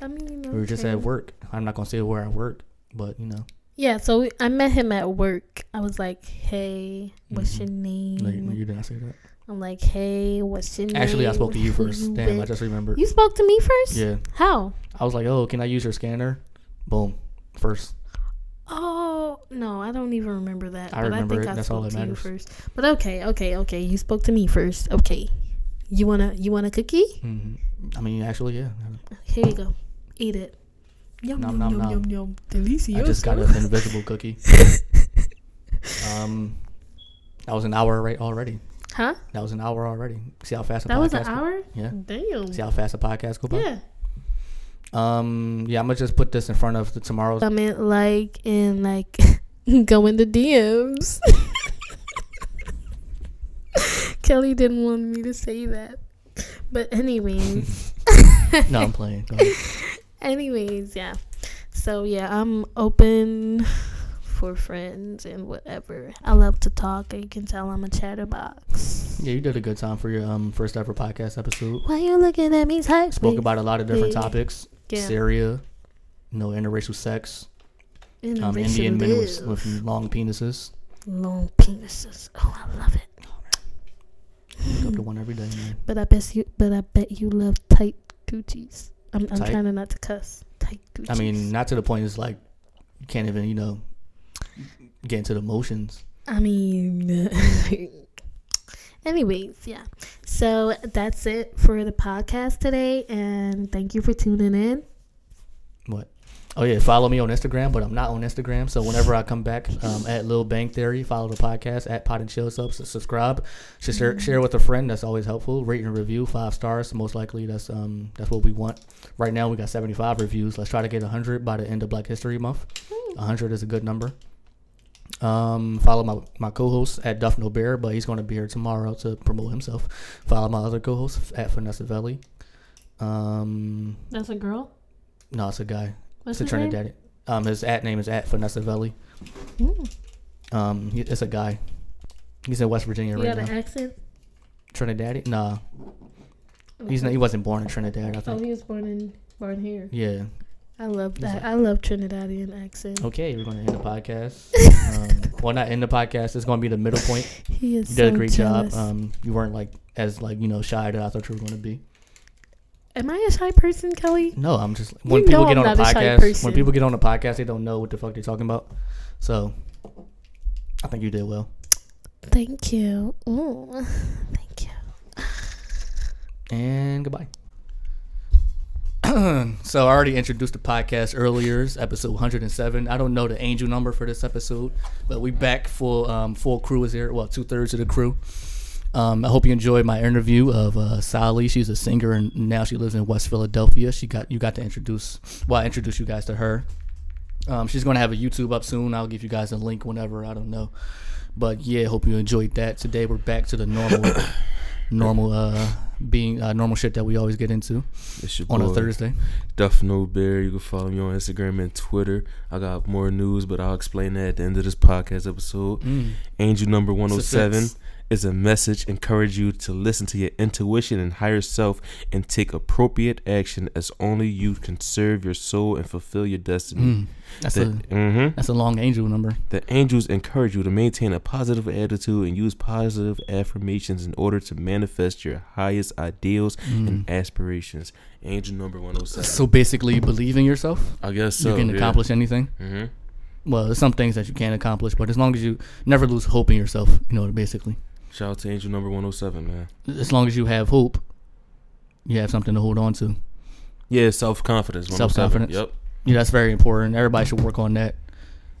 I mean, you know. we were just okay. at work. I'm not gonna say where I work, but you know, Yeah, so we, I met him at work. I was like, "Hey, what's your name?" no, you, no, Mm-hmm. you didn't say that. I'm like, "Hey, what's your name?" Actually, I spoke to you Who first. Damn, I with?" just remembered. You spoke to me first? Yeah, How? I was like, oh, can I use your scanner? Boom, first. Oh no, I don't even remember that. I but remember I think it. I That's all spoke that to you matters. first. But okay, okay, okay. You spoke to me first. Okay. You wanna you want a cookie? hmm I mean, actually, yeah. Here you go. Eat it. Yum Nom, yum nom, yum nom. yum yum. Delicioso. I just got an invisible cookie. um, that was an hour right already. Huh? That was an hour already. See how fast a That podcast was an go- hour? Yeah. Damn. See how fast a podcast go by. Yeah. Um. Yeah, I'm gonna just put this in front of the tomorrow's. Comment, like, and like go in the DMs. Kelly didn't want me to say that. But anyways. no, I'm playing. Go ahead. Anyways, yeah. So yeah, I'm open for friends and whatever. I love to talk. and You can tell I'm a chatterbox. Yeah, you did a good time for your um first ever podcast episode. Why you looking at me type? Spoke about a lot of different Yeah. topics. Yeah. Syria, you know, interracial sex, um, Indian men with, with long penises. long penises. Oh, I love it. Up to one every day, man. But I bet you. But I bet you love tight Gucci's. I'm, I'm Tight? trying to not to cuss. Tight Gucci's. I mean, not to the point it's like you can't even, you know, get into the motions. I mean, anyways, yeah. So that's it for the podcast today, and thank you for tuning in. What? Oh yeah, follow me on Instagram, but I'm not on Instagram. So whenever I come back, um, at Lil Bank Theory, follow the podcast at Pot and Chill Subs. Subscribe, Sh- share, share with a friend. That's always helpful. Rate and review five stars. Most likely, that's um that's what we want. Right now, we got 75 reviews. Let's try to get 100 by the end of Black History Month. 100 is a good number. Um, follow my, my co-host at Duff No Bear, but he's going to be here tomorrow to promote himself. Follow my other co-host at Vanessa Velli. Um, That's a girl. no, it's a guy. What's it's a his name? Trinidadian. Um, his at name is at Vanessa Velli. Mm. Um, he, it's a guy. He's in West Virginia You right got now. an accent. Trinidadian? Nah, he's not. He wasn't born in Trinidad. I Oh, think. he was born in born here. Yeah. I love that. that. I love Trinidadian accent. Okay, we're gonna end the podcast. um, well, not end the podcast. It's gonna be the middle point. He is You did so a great jealous. job. Um, you weren't like as like you know shy that I thought you were gonna be. Am I a shy person, Kelly? No, I'm just when You people know get I'm on a not a shy podcast. person. When people get on a podcast, they don't know what the fuck they're talking about. So, I think you did well. Thank you. Ooh, thank you. And goodbye. so I already introduced the podcast earlier, it's episode 107. I don't know the angel number for this episode, but we back full um, full crew is here. Well, two thirds of the crew. Um, I hope you enjoyed my interview of uh, Sally. She's a singer and now she lives in West Philadelphia. She got you got to introduce. Well, I introduced you guys to her. Um, she's gonna have a YouTube up soon. I'll give you guys a link whenever. I don't know, but yeah, hope you enjoyed that. Today we're back to the normal normal uh being uh, normal shit that we always get into It's your on a boy, Thursday. Duff No Bear. You can follow me on Instagram and Twitter. I got more news, but I'll explain that at the end of this podcast episode. Angel number 107 Suspense. is a message encourage you to listen to your intuition and higher self and take appropriate action as only you can serve your soul and fulfill your destiny. That's The, a mhm. that's a long angel number. The angels encourage you to maintain a positive attitude and use positive affirmations in order to manifest your highest ideals and aspirations. Angel number 107. So basically, believe in yourself. I guess so. you can Oh, yeah. accomplish anything. hmm Well, there's some things that you can't accomplish, but as long as you never lose hope in yourself, you know, basically, Shout out to Angel Number 107, man. as long as you have hope, you have something to hold on to. Yeah, self confidence. Self-confidence. oh Yep. Yeah, that's very important. Everybody should work on that.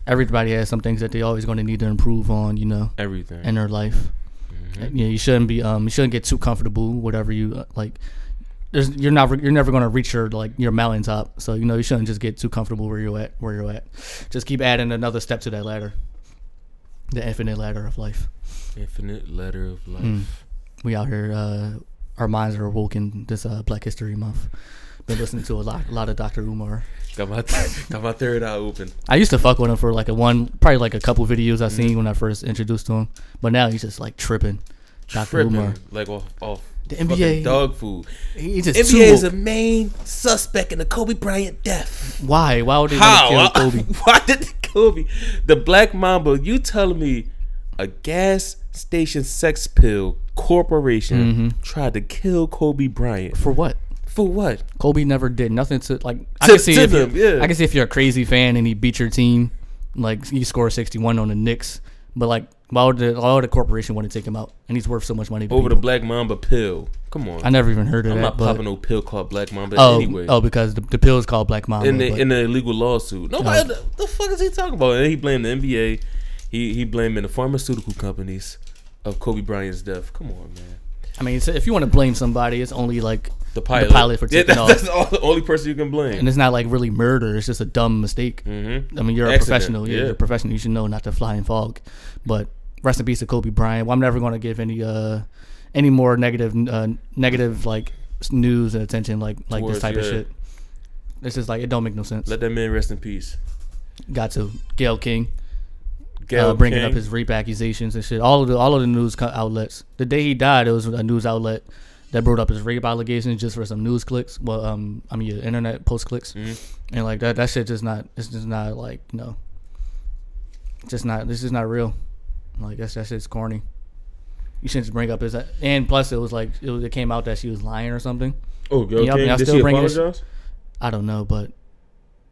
Everybody has some things that they always going to need to improve on, you know, Everything. in their life. Mhm. Yeah, you shouldn't be. Um, you shouldn't get too comfortable. Whatever you uh, like, there's you're not you're never gonna reach your like your mountaintop. So you know you shouldn't just get too comfortable where you're at. Where you're at, just keep adding another step to that ladder, the infinite ladder of life. Infinite letter of life. Mm. We out here. Uh, our minds are awoken this uh, Black History Month. Been listening to a lot, a lot of Dr. Umar. Got my got my third eye open. I used to fuck with him for like a one, probably like a couple videos I seen Mm-hmm. when I first introduced to him. But now he's just like tripping. Dr. Tripping Umar. like off off The fucking NBA. dog food. He just too NBA is woke. a main suspect in the Kobe Bryant death. Why? Why would they How? Uh, want to kill Kobe? Why did Kobe? The Black Mamba. You telling me a gas station sex pill corporation Mm-hmm. tried to kill Kobe Bryant For what? for what? Kobe never did nothing to like. I To- can see to if them, you- yeah. I can see if you're a crazy fan and he beat your team, like he scored 61 on the Knicks. But like, why would the, why would the corporation want to take him out? And he's worth so much money. To Over the people. Black Mamba pill. Come on. I never even heard of I'm that. not but- popping no pill called Black Mamba oh, anyway. oh, because the, the pill is called Black Mamba. in the but- in the illegal lawsuit. Nobody. Oh. The, the fuck is he talking about? And he blamed the NBA. He he blaming the pharmaceutical companies of Kobe Bryant's death. Come on, man. I mean, so if you want to blame somebody, it's only like The pilot. pilot for Yeah, taking that- off. That's the only- only person you can blame. Mm-hmm. and it's not like really murder. It's just a dumb mistake. I mean, you're a Accident, professional. Yeah, yeah. you're a professional. You should know not to fly in fog. But rest in peace to Kobe Bryant. Well, I'm never going to give any uh any more negative uh, negative like s- news and attention like like Towards, this type of yeah. shit. It's just like it don't make no sense. Let that man rest in peace. Got to Gail King. uh, Gayle bringing King. up his rape accusations and shit. All of the all of the news co- outlets. The day he died, it was a news outlet that brought up his rape allegations just for some news clicks. Well, um, I mean, yeah, internet post clicks, and like that. That shit just not. It's just not like you know. Just not. This is not real. Like that's that shit's corny. You shouldn't just bring up his. And plus, it was like it, was, it came out that she was lying or something. Oh, Gayle Yup, and I King. Did still she bring this- apologize? I don't know, but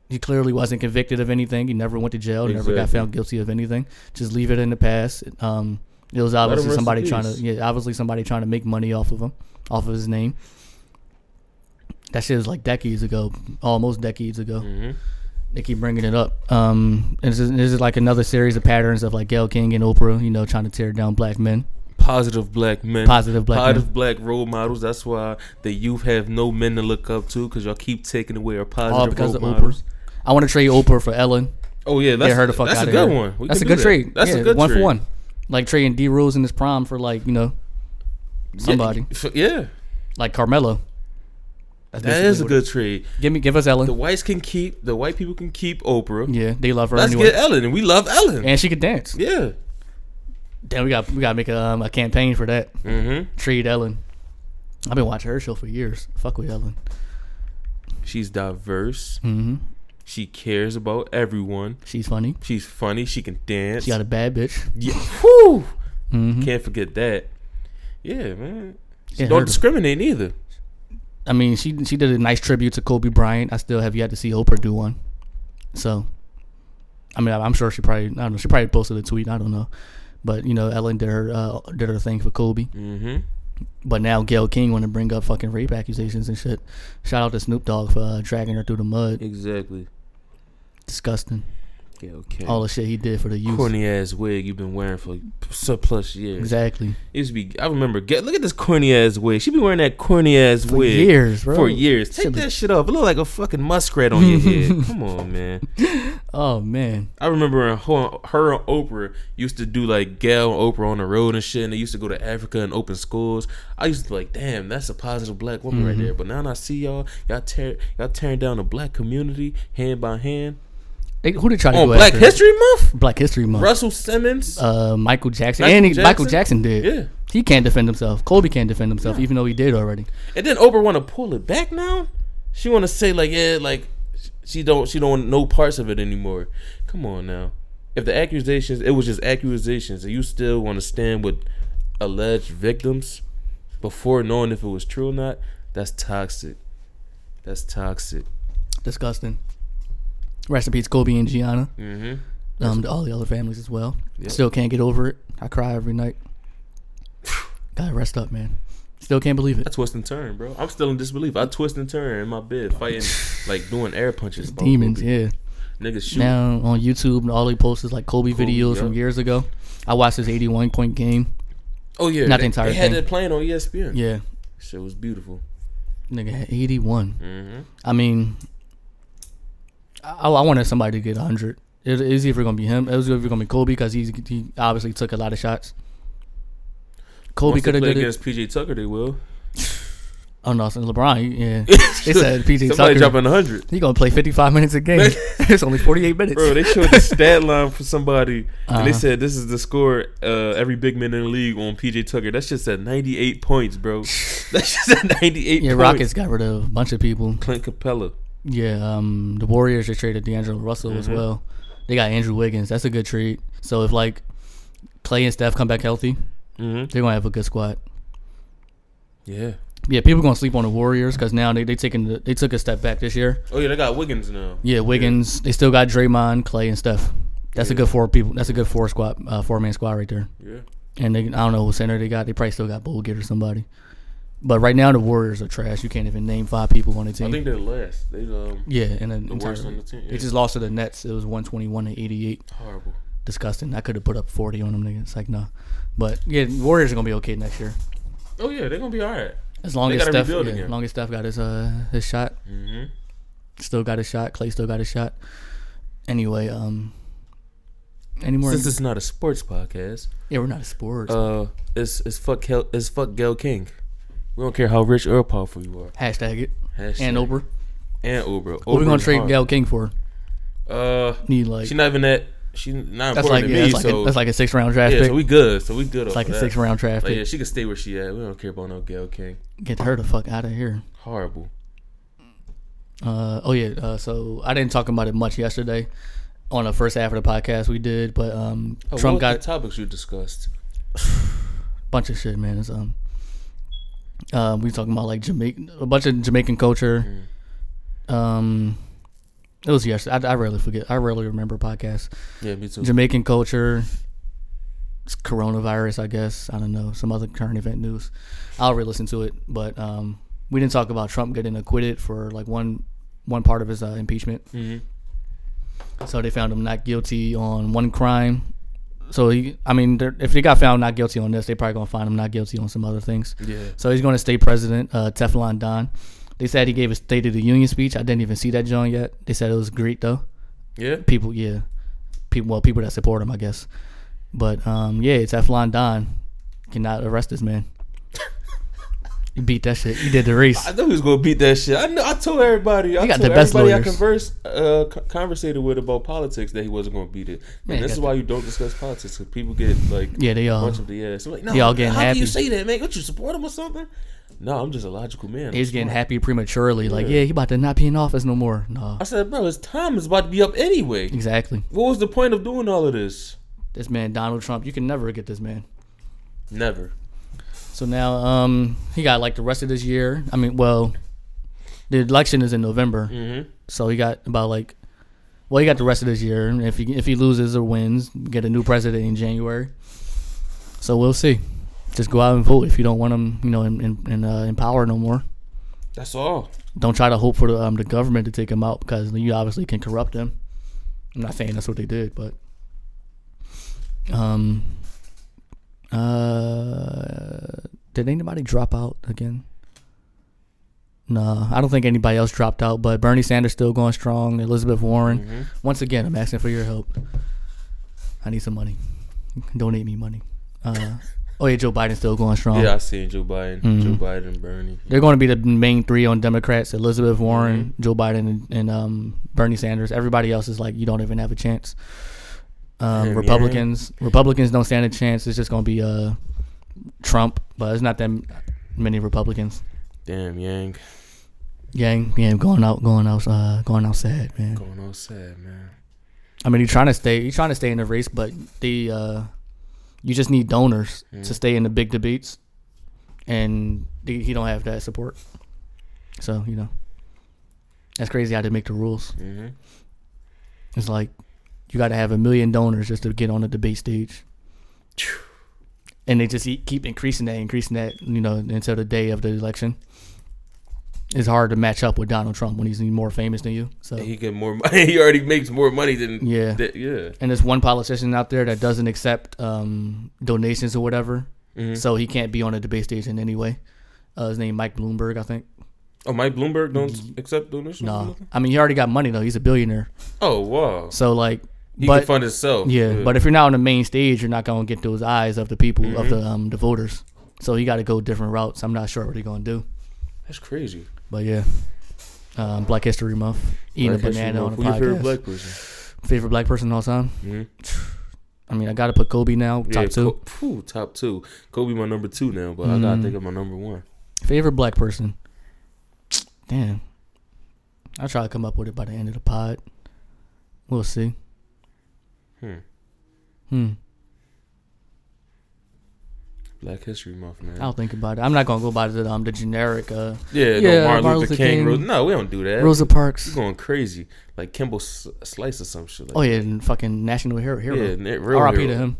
he clearly wasn't convicted of anything. He never went to jail. Never got Exactly. found guilty of anything. Just leave it in the past. Um, it was him obviously rest in somebody trying to, peace. yeah, obviously somebody trying to make money off of him, off of his name. That shit was like decades ago, almost decades ago. Mm-hmm. They keep bringing it up. Um, and this is, this is like another series of patterns of like Gail King and Oprah, you know, trying to tear down black men. Positive black men. Positive black men. Positive black role models. That's why the youth have no men to look up to because y'all keep taking away our positive All because role of models. Oprah. I want to trade Oprah for Ellen. Oh yeah, that's, get her the fuck that's out a of good here. one. We that's a can good do that. trade. That's Yeah, a good one trade. for one. Like trading D Rose in his prime for like you know somebody Yeah, yeah. like Carmelo. That's that basically is a what good trade. it- Give me, give us The Ellen. whites can keep. The white people can keep Oprah. Yeah, they love her Let's anyway, get Ellen, and we love Ellen. and she could dance. yeah. Damn, we got we got to make a, um, a campaign for that. Mm-hmm. Trade Ellen. I've been watching her show for years. Fuck with Ellen. She's diverse. Mm-hmm. She cares about everyone. She's funny. She's funny. She can dance. She got a bad bitch. yeah. Whew. Mhm. Can't forget that. Yeah, man. She Yeah, don't her- discriminate either. I mean, she she did a nice tribute to Kobe Bryant. I still have yet to see Oprah do one. So, I mean, I'm sure she probably I don't know. She probably posted a tweet. I don't know, but you know, Ellen did her uh, did her thing for Kobe. Mm-hmm. But now Gail King want to bring up fucking rape accusations and shit. Shout out to Snoop Dogg for uh, dragging her through the mud. Exactly. Disgusting. Yeah, okay. All the shit he did for the youth. corny ass wig you've been wearing for so plus years. Exactly. It used to be. I remember. Get look at this corny ass wig. She been wearing that corny ass For wig years, bro. for years. Take Shit was- that shit off. It look like a fucking muskrat on your head. Come on, man. Oh man. I remember her, her and Oprah used to do like Gail and Oprah on the road and shit, and they used to go to Africa and open schools. I used to be like, damn, that's a positive black woman Mm-hmm. right there. But now that I see y'all, y'all tear, y'all tearing down the black community hand by hand They, who did try to on go Black after? History Month. Black History Month. Russell Simmons, uh, Michael Jackson. and Michael he, Michael Jackson? Jackson did. Yeah. He can't defend himself. Kobe can't defend himself, even though he did already. and then Oprah want to pull it back now. She want to say like, yeah, like she don't, she don't want no parts of it anymore. Come on now. If the accusations, it was just accusations, and you still want to stand with alleged victims before knowing if it was true or not, that's toxic. That's toxic. Disgusting. Rest in peace, Kobe and Gianna. Mm-hmm. Um, to all the other families as well. Yep. Still can't get over it. I cry every night. Gotta rest up, man. Still can't believe I it. twist and turn, bro. I'm still in disbelief. I twist and turn in my bed, fighting, like doing air punches. about Demons, Kobe. yeah. Niggas shoot. Now on YouTube, and all he posts is like Kobe, videos yep. from years ago. I watched his 81 point game. oh yeah, not the they, entire they had thing. that playing on E ESPN. Yeah, Shit was beautiful. nigga had 81. Mm-hmm. I mean, I, I wanted somebody to get 100. It is either going to be him. It was either going to be Kobe because he's he obviously took a lot of shots. Kobe Once they could have play did it. against PJ Tucker. They will. Oh no, it's LeBron. he- Yeah, they said PJ Somebody Tucker. dropping hundred, He gonna play 55 minutes a game. it's only 48 minutes. bro. They showed the stat line for somebody, and they Uh-huh. said this is the score uh, every big man in the league on PJ Tucker. That's just at ninety eight points, bro. That's just at ninety eight. yeah, points. Rockets got rid of a bunch of people. Clint Capella. Yeah, um, the Warriors just traded D'Angelo Russell as Mm-hmm. well. They got Andrew Wiggins. That's a good trade. So if like Clay and Steph come back healthy, Mm-hmm. they're gonna have a good squad. Yeah. Yeah, people gonna sleep on the Warriors because now they they taking the, they took a step back this year. Oh yeah, they got Wiggins now. Yeah, Wiggins. They still got Draymond, Clay, and Steph. That's a Yeah. good four people. That's a good four squad, uh, four man squad right there. Yeah. And they, I don't know what center they got. They probably still got Bogut or somebody. But right now the Warriors are trash. You can't even name five people on the I team. think they're last. They um yeah, and then the worst on the team. they Yeah. just lost to the Nets. It was one twenty one to eighty eight. horrible. Disgusting. I could have put up forty on them niggas. It's like nah. But yeah, Warriors are gonna be okay next year Oh yeah, they're gonna be all right. as long They as gotta Steph, rebuild yeah, again. as long as Steph got his uh his shot. Mm-hmm. still got a shot. Clay still got a shot. Anyway, um, any more? Since it's not a sports podcast, yeah, we're not a sports. uh, it's it's fuck Kel, it's fuck Gail King. We don't care how rich or powerful you are. Hashtag it. Hashtag. And Oprah. and Oprah. What we Oprah gonna is trade hard. Gal King for? Uh, Need like she not even that. She's not That's important like to yeah, me. that's like, so a, that's like a six round draft yeah, pick. so we good. So we good. it's like over a that. six round draft Like, pick. yeah, she can stay where she at. We don't care about no Gail King. Get her the fuck out of here. Horrible. Uh, oh yeah. Uh, so I didn't talk about it much yesterday on the first half of the podcast we did, but um, Oh, Trump what got was the topics you discussed. bunch of shit, man. It's, um, um, we talking about like Jamaican, a bunch of Jamaican culture. Um, it was yesterday. I, I rarely forget. I rarely remember podcasts. Yeah, me too. Jamaican culture, it's coronavirus, I guess. I don't know some other current event news. I'll re-listen to it, but um, we didn't talk about Trump getting acquitted for like one one part of his uh, impeachment. So they found him not guilty on one crime. So he, I mean, they're- if they got found not guilty on this, they probably gonna find him not guilty on some other things. Yeah. So he's gonna stay president. Uh, Teflon Don. They said he gave a State of the Union speech. I didn't even see that John yet. They said it was great though yeah. people yeah people well people that support him i guess but um yeah it's Teflon don cannot arrest this man you beat that shit you did the race I knew he was gonna beat that shit. I know. I told everybody. I He got told the best everybody I lawyers. conversed, uh, co- conversated with about politics that he wasn't gonna beat it. Man, and this got is the- why you don't discuss politics because people get like yeah uh, they um, are bunch of the ass. I'm like, no, Y'all getting how do happy. you say that, man? Don't you support him or something? No, I'm just a logical man. he's getting happy prematurely like Yeah. yeah he about to not be in office no more no I said, bro, his time is about to be up anyway. exactly What was the point of doing all of this? this man donald trump you can never get this man Never. so now um he got like the rest of this year i mean well the election is in november Mm-hmm. so he got about like well he got the rest of this year and if he if he loses or wins get a new president in january so we'll see just go out and vote if you don't want him you know in in, in, uh, in power no more That's all. don't try to hope for the, um, the government to take him out because you obviously can corrupt them i'm not saying that's what they did but um uh did anybody drop out again Nah, I don't think anybody else dropped out, but Bernie Sanders still going strong. Elizabeth Warren, once again, I'm asking for your help. I need some money. Donate me money. Uh, oh yeah, Joe Biden's still going strong. Yeah, I seen Joe Biden, Joe Mm-hmm. Biden, Bernie. They're going to be the main three on Democrats: Elizabeth Warren, Joe Biden, and, and um, Bernie Sanders. Everybody else is like, you don't even have a chance. Um, Yeah, Republicans, Republicans don't stand a chance. It's just going to be uh, Trump, but it's not that m- many Republicans. Damn, Yang. Yang, yeah, going out, going out, uh, going out sad, man. Going all sad, man. I mean, you're trying to stay, you're trying to stay in the race, but the uh, you just need donors to stay in the big debates, and he he don't have that support. So you know, that's crazy how they make the rules. Mhm. It's like you got to have a million donors just to get on the debate stage, and they just e- keep increasing that, increasing that, you know, until the day of the election. It's hard to match up with Donald Trump when he's more famous than you. So He get more. Money. He already makes more money than. Yeah. that- yeah. and there's one politician out there that doesn't accept um, donations or whatever, Mm-hmm. so he can't be on a debate stage in any way. Uh, his name Mike Bloomberg, I think. Oh, Mike Bloomberg don't Mm-hmm. accept donations. or No, nothing? I mean he already got money though. He's a billionaire, Oh wow. so like, He but can fund himself. yeah, but if you're not on the main stage, you're not gonna get those eyes of the people Mm-hmm. of the um, the voters. So you got to go different routes. I'm not sure what he's gonna do, that's crazy. but yeah. Um, black History Month, eating Black a History banana Month. on a podcast. Who your favorite black person? favorite black person of all time. I mean, I gotta put Kobe now, top Yeah, two. Mm. Co- phew, top two. Kobe my number two now, but I gotta think of my number one. Favorite black person. Damn. I'll try to come up with it by the end of the pod. We'll see. Black History Month, man. I'll think about it. I'm not gonna go by the um the generic uh Yeah, Yeah, no, Martin, Martin Luther Luther King. King. Ro- no, we don't do that. Rosa He's Parks. going crazy, like Kimball S- Slice or some shit. Like Oh yeah, and fucking national hero. hero. Yeah, na- real R.I.P. to hero. him.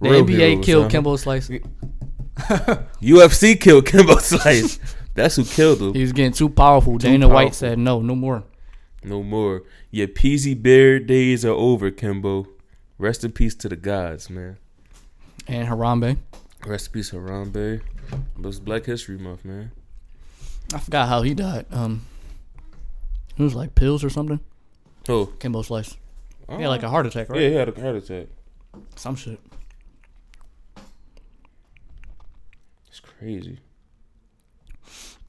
The Real NBA heroes, killed huh? Kimbo Slice. UFC killed Kimbo Slice. That's who killed him. He was getting too powerful. Dana White powerful. said no, no more. No more. Your peasy bear days are over, Kimbo. Rest in peace to the gods, man. And Harambe. Rest in peace, Harambe. But it's Black History Month, man. I forgot how he died. Um it was like pills or something. Oh, Kimbo Slice. Yeah, like a heart attack, right? yeah, he had a heart attack. Some shit. It's crazy.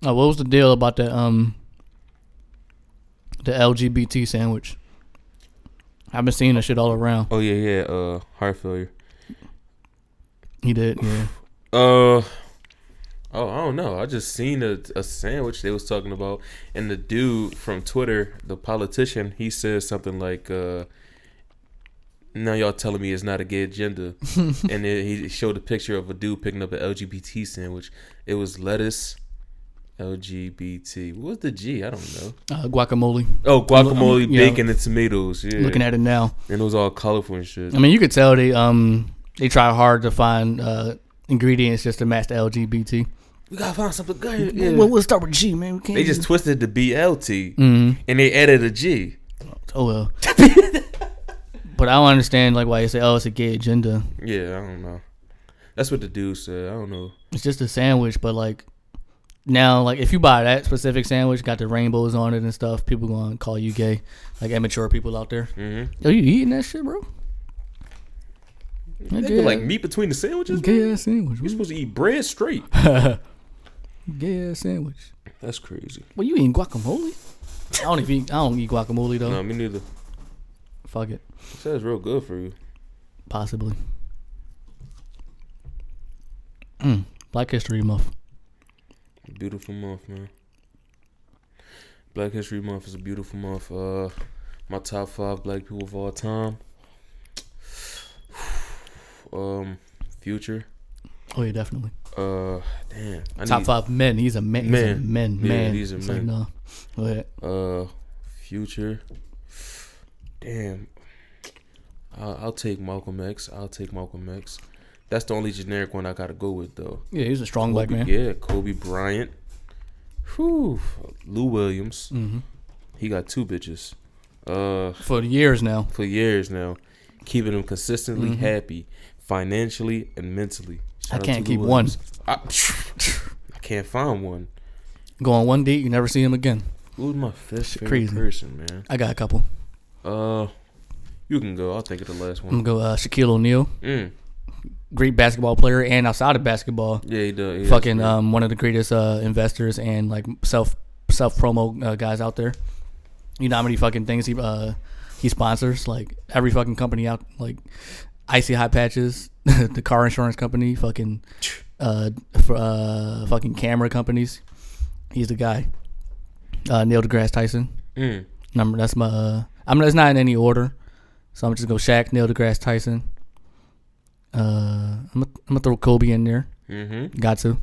Oh, what was the deal about the um the LGBT sandwich? I've been seeing that shit all around. Oh yeah, yeah. Uh, heart failure. He did. Yeah. Uh, oh, I don't know. I just seen a, a sandwich they was talking about, and the dude from Twitter, the politician, he says something like, uh, "Now y'all telling me it's not a gay agenda," and then he showed a picture of a dude picking up an LGBT sandwich. It was lettuce. LGBT. What's the G? I don't know. Uh, guacamole. Oh, guacamole, I'm- yeah. bacon, and tomatoes. Yeah, Looking at it now, and it was all colorful and shit. I mean, you could tell they um they try hard to find uh ingredients just to match the LGBT. We gotta find something good. Yeah. Well, we'll start with G, man. We can't. They just twisted the BLT and they added a G. oh well. but I don't understand like why you say oh it's a gay agenda. Yeah, I don't know. That's what the dude said. I don't know. It's just a sandwich, but like now like if you buy that specific sandwich, got the rainbows on it and stuff, people gonna call you gay. Like immature people out there. Mm-hmm. Are you eating that shit, bro? They Gay- put like meat between the sandwiches. man. gay ass sandwich. You're bro. supposed to eat bread straight. Gay ass sandwich. That's crazy. Well, you eating guacamole? I don't even. Eat, I don't eat guacamole though. No, me neither. Fuck it. It sounds real good for you. Possibly. Mm. Mm. Black History Month. Beautiful month, man. Black History Month is a beautiful month. Uh, my top five black people of all time. Um, Future. Oh yeah, definitely. Uh, damn. I Top need- five men. He's a man. He's a Man. man. Mm. Yeah, man. he's a It's Like, man. no. Go ahead. Uh, Future. Damn. I'll, I'll take Malcolm X. I'll take Malcolm X. That's the only generic one I gotta go with though. Yeah, he's a strong black Kobe- man. Yeah, Kobe Bryant. Whew. Lou Williams. Mm-hmm. He got two bitches. Uh, For years now. for years now, keeping him consistently Mm-hmm. happy, financially and mentally. Shout out can't to Lou keep Williams. I, I can't find one. Go on one date, you never see him again. Who's my fifth favorite crazy. person, man? I got a couple. Uh, you can go. I'll think of the last I'm gonna one. go uh, Shaquille O'Neal, Mm. great basketball player, and outside of basketball, Yeah, he does. he is fucking great. um, one of the greatest uh, investors and like self self promo uh, guys out there. You know how many fucking things he uh, he sponsors? Like every fucking company out, like icy hot patches, the car insurance company, fucking uh, for, uh, fucking camera companies. He's the guy. Uh, Neil deGrasse Tyson. Mm. Number that's my. Uh, I'm it's not in any order, so I'm just gonna go Shaq, Neil deGrasse Tyson. Uh, I'm gonna, I'm gonna throw Kobe in there. hmm Got to.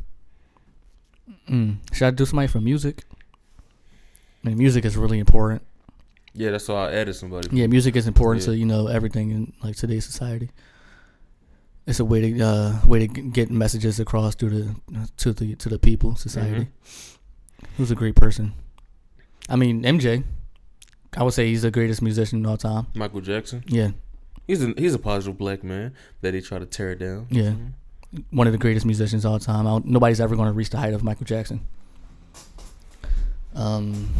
Mm. Should I do somebody from music? I mean, music is really important. Yeah, that's why I added somebody. Yeah, music is important Yeah. to you know everything in like today's society. It's a way to uh, way to g- get messages across to the to the to the people society. Who's a great person? I mean, MJ. I would say he's the greatest musician of all time. Michael Jackson. Yeah, He's a he's a positive black man that he tried to tear down. yeah. One of the greatest musicians of all time. I don't, nobody's ever going to reach the height of Michael Jackson. Um,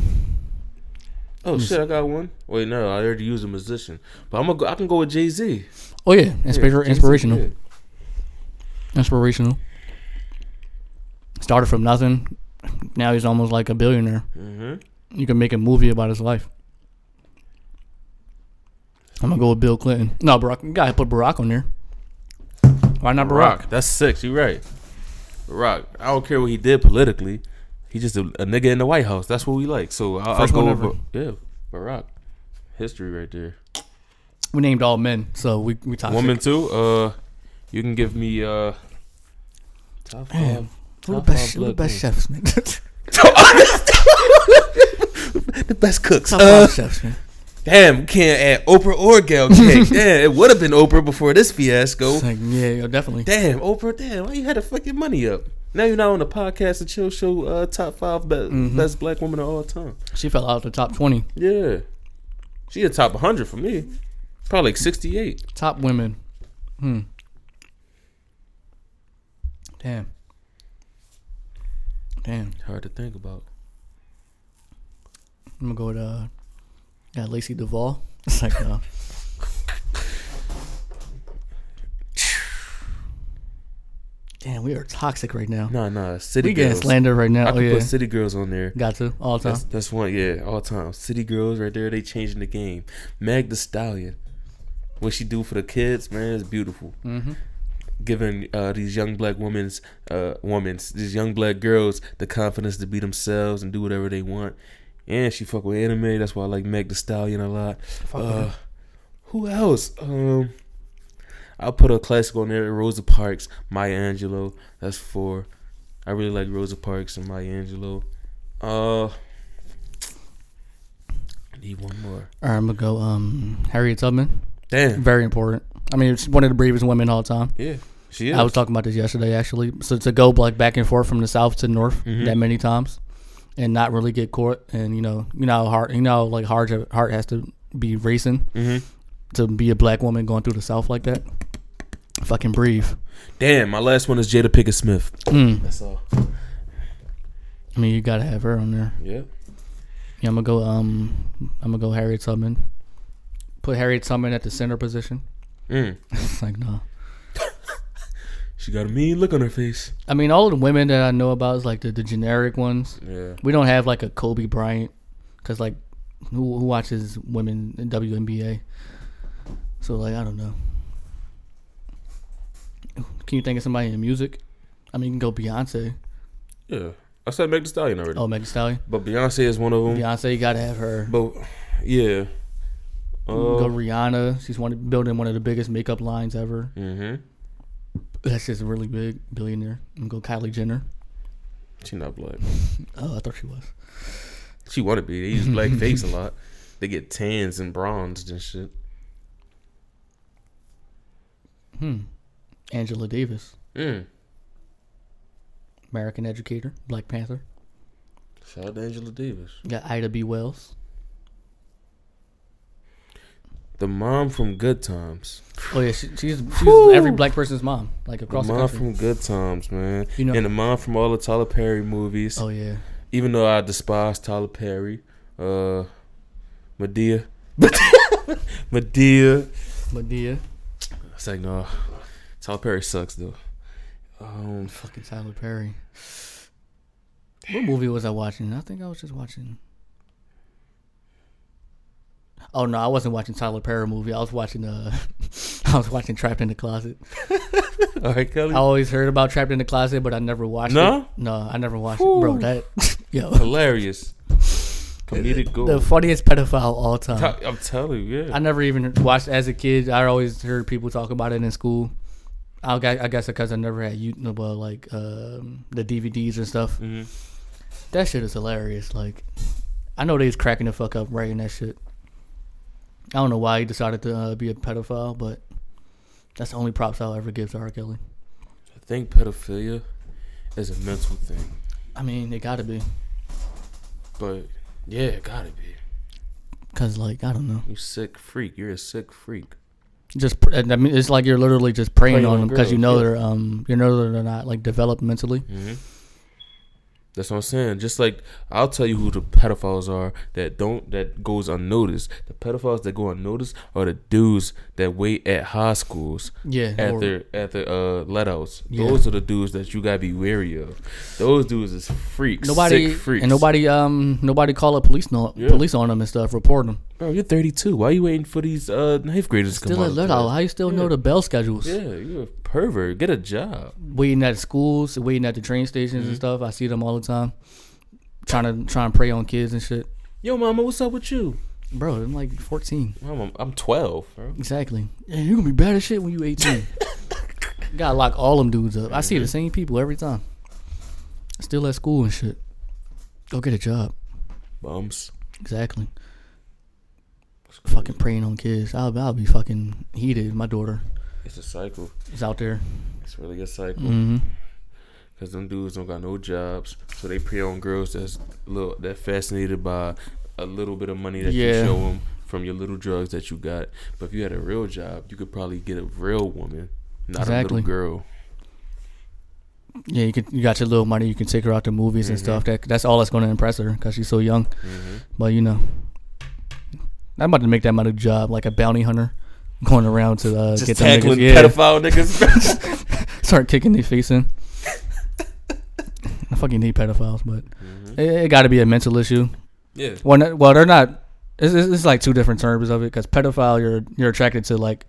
Oh shit, I got one. Wait, no, I already used a musician, but I'm gonna go, I can go with Jay Z. Oh yeah, Inspir- inspirational, Yeah. inspirational. Started from nothing, now he's almost like a billionaire. Mhm. You can make a movie about his life. I'm gonna go with Bill Clinton. No, Barack. You gotta put Barack on there. Why not Barack? Barack, that's six. You right. Barack, I don't care what he did politically. He just a, a nigga in the White House. That's what we like. So I'll, I'll First go one over. ever. Yeah, Barack. History right there. We named all men, so we we toxic. Woman too. Uh, you can give me uh. Top five. Who the Top best, five who the black best men. chefs, man? The best cooks. Top Uh, five chefs, man. damn, we can't add Oprah or Gal Cake. damn, it would have been Oprah before this fiasco. It's like, yeah, yeah, definitely. Damn, Oprah. Damn, why you had to fucking money up? Now you're not on the podcast and chill show. Uh, top five be- best black woman of all time. She fell out of the top twenty. Yeah, she a top 100 for me. Probably like 68. Top women. Hmm. Damn. Damn. Hard to think about. I'm gonna go with uh, yeah, Lacey Duvall. It's like uh, Damn, we are toxic right now. Nah, nah. City we getting girls. slander right I now. Oh could yeah, put city girls on there. got to all the time. That's, that's one, yeah, all time. City girls right there, they changing the game. Meg the Stallion. What she do for the kids, man, is beautiful. Mhm. Giving uh, these young black women's, uh, women's, these young black girls the confidence to be themselves and do whatever they want. And she fuck with anime. That's why I like Meg the Stallion a lot. Uh, who else? Um, I'll put a classic on there. Rosa Parks, Maya Angelou. That's four. I really like Rosa Parks and Maya Angelou. Uh, I need one more. All right, I'm gonna go. Um, Harriet Tubman, Damn. very important. I mean, she's one of the bravest women all time. Yeah, she is. I was talking about this yesterday, actually. So to go like back and forth from the south to north that many times, and not really get caught, and you know, you know how hard, you know, how, like hard your heart has to be racing Mhm. to be a black woman going through the south like that. Fucking breathe. Damn, my last one is Jada Pickett Smith. That's all. I mean, you gotta have her on there. Yeah. Yeah, I'm gonna go. Um, I'm gonna go Harriet Tubman. Put Harriet Tubman at the center position. Mm. it's like no. She got a mean look on her face. I mean, all of the women that I know about is like the, the generic ones. Yeah. We don't have like a Kobe Bryant, cause like who who watches women in WNBA? So like I don't know. Can you think of somebody in music? I mean, you can go Beyonce. Yeah. I said Meg Thee Stallion already. Oh, Megan Thee Stallion. But Beyonce is one of them. Beyonce, you gotta have her. But, yeah. go Uh, Rihanna. She's one building one of the biggest makeup lines ever. mm-hmm. That's just a really big billionaire. I'm gonna go Kylie Jenner. She not black. Oh, I thought she was. She want to be. They use black face a lot. They get tans and bronzed and shit. Angela Davis, Mm. American educator, Black Panther. Shout out to Angela Davis. You got Ida B. Wells. The mom from Good Times. Oh yeah, she, she's she's every black person's mom, like The across the mom country. from Good Times, man. You know- and the mom from all the Tyler Perry movies. oh yeah, Even though I despise Tyler Perry, uh, Medea. Medea. Medea, It's like, no. Tyler Perry sucks, though. Um, fucking Tyler Perry. What movie was I watching? I think I was just watching. Oh no, I wasn't watching Tyler Perry movie. I was watching uh, I was watching Trapped in the Closet. all right, Kelly. I always heard about Trapped in the Closet, but I never watched No? it. No, I never watched it, bro. That yo, Hilarious. Comedic gold. the funniest pedophile of all time. Ty- I'm telling you, yeah. I never even watched as a kid. I always heard people talk about it in school. I guess, I guess because I never had you know, well, like um, the DVDs and stuff. Mhm. That shit is hilarious. Like, I know they was cracking the fuck up writing that shit. I don't know why he decided to uh, be a pedophile, but that's the only props I'll ever give to R. Kelly. I think pedophilia is a mental thing. I mean, it gotta be But, yeah, it gotta be. because, like, I don't know. You sick freak. You're a sick freak. Just pr- and I mean, it's like you're literally just preying Preying on on them because you girls, know yeah. Mm-hmm. they're um you know they're not like developed mentally. That's what I'm saying. Just like I'll tell you who the pedophiles are that don't that goes unnoticed. The pedophiles that go unnoticed are the dudes that wait at high schools. Yeah, At or- their at their uh letouts. Yeah. Those are the dudes that you gotta be wary of. Those dudes is freaks. Nobody sick freaks. and nobody um nobody call up police no Yeah. police on them and stuff. Report them. Bro, you're 32. Why you waiting for these uh ninth graders to come Still at out Little, today? how you still know the bell schedules? Yeah, you're a pervert. Get a job. Waiting at schools, waiting at the train stations Mm-hmm. and stuff. I see them all the time, trying to try and prey on kids and shit. Yo, mama, what's up with you? Bro, I'm like 14. Mama, I'm 12, bro. Exactly. And you're gonna be bad as shit when you 18. Gotta lock all them dudes up. I see the same people every time. Still at school and shit. Go get a job. Bums. Exactly. Fucking preying on kids. I'll, I'll be fucking heated. My daughter It's a cycle. is out there. It's really a cycle. hmm Cause them dudes don't got no jobs, so they prey on girls that's little that fascinated by a little bit of money that Yeah. you show them from your little drugs that you got. But if you had a real job, you could probably get a real woman, not a Exactly. little girl. Yeah, you can. You got your little money. You can take her out to movies and stuff. That that's all that's going to impress her because she's so young. But you know, I'm about to make that my new job, like a bounty hunter, going around to uh, Just get them tackling niggas. Yeah, pedophile niggas. start kicking their face in. I fucking hate pedophiles, but it, it got to be a mental issue. Yeah. Well, not, well, they're not. It's, it's, it's like two different terms of it because pedophile, you're you're attracted to like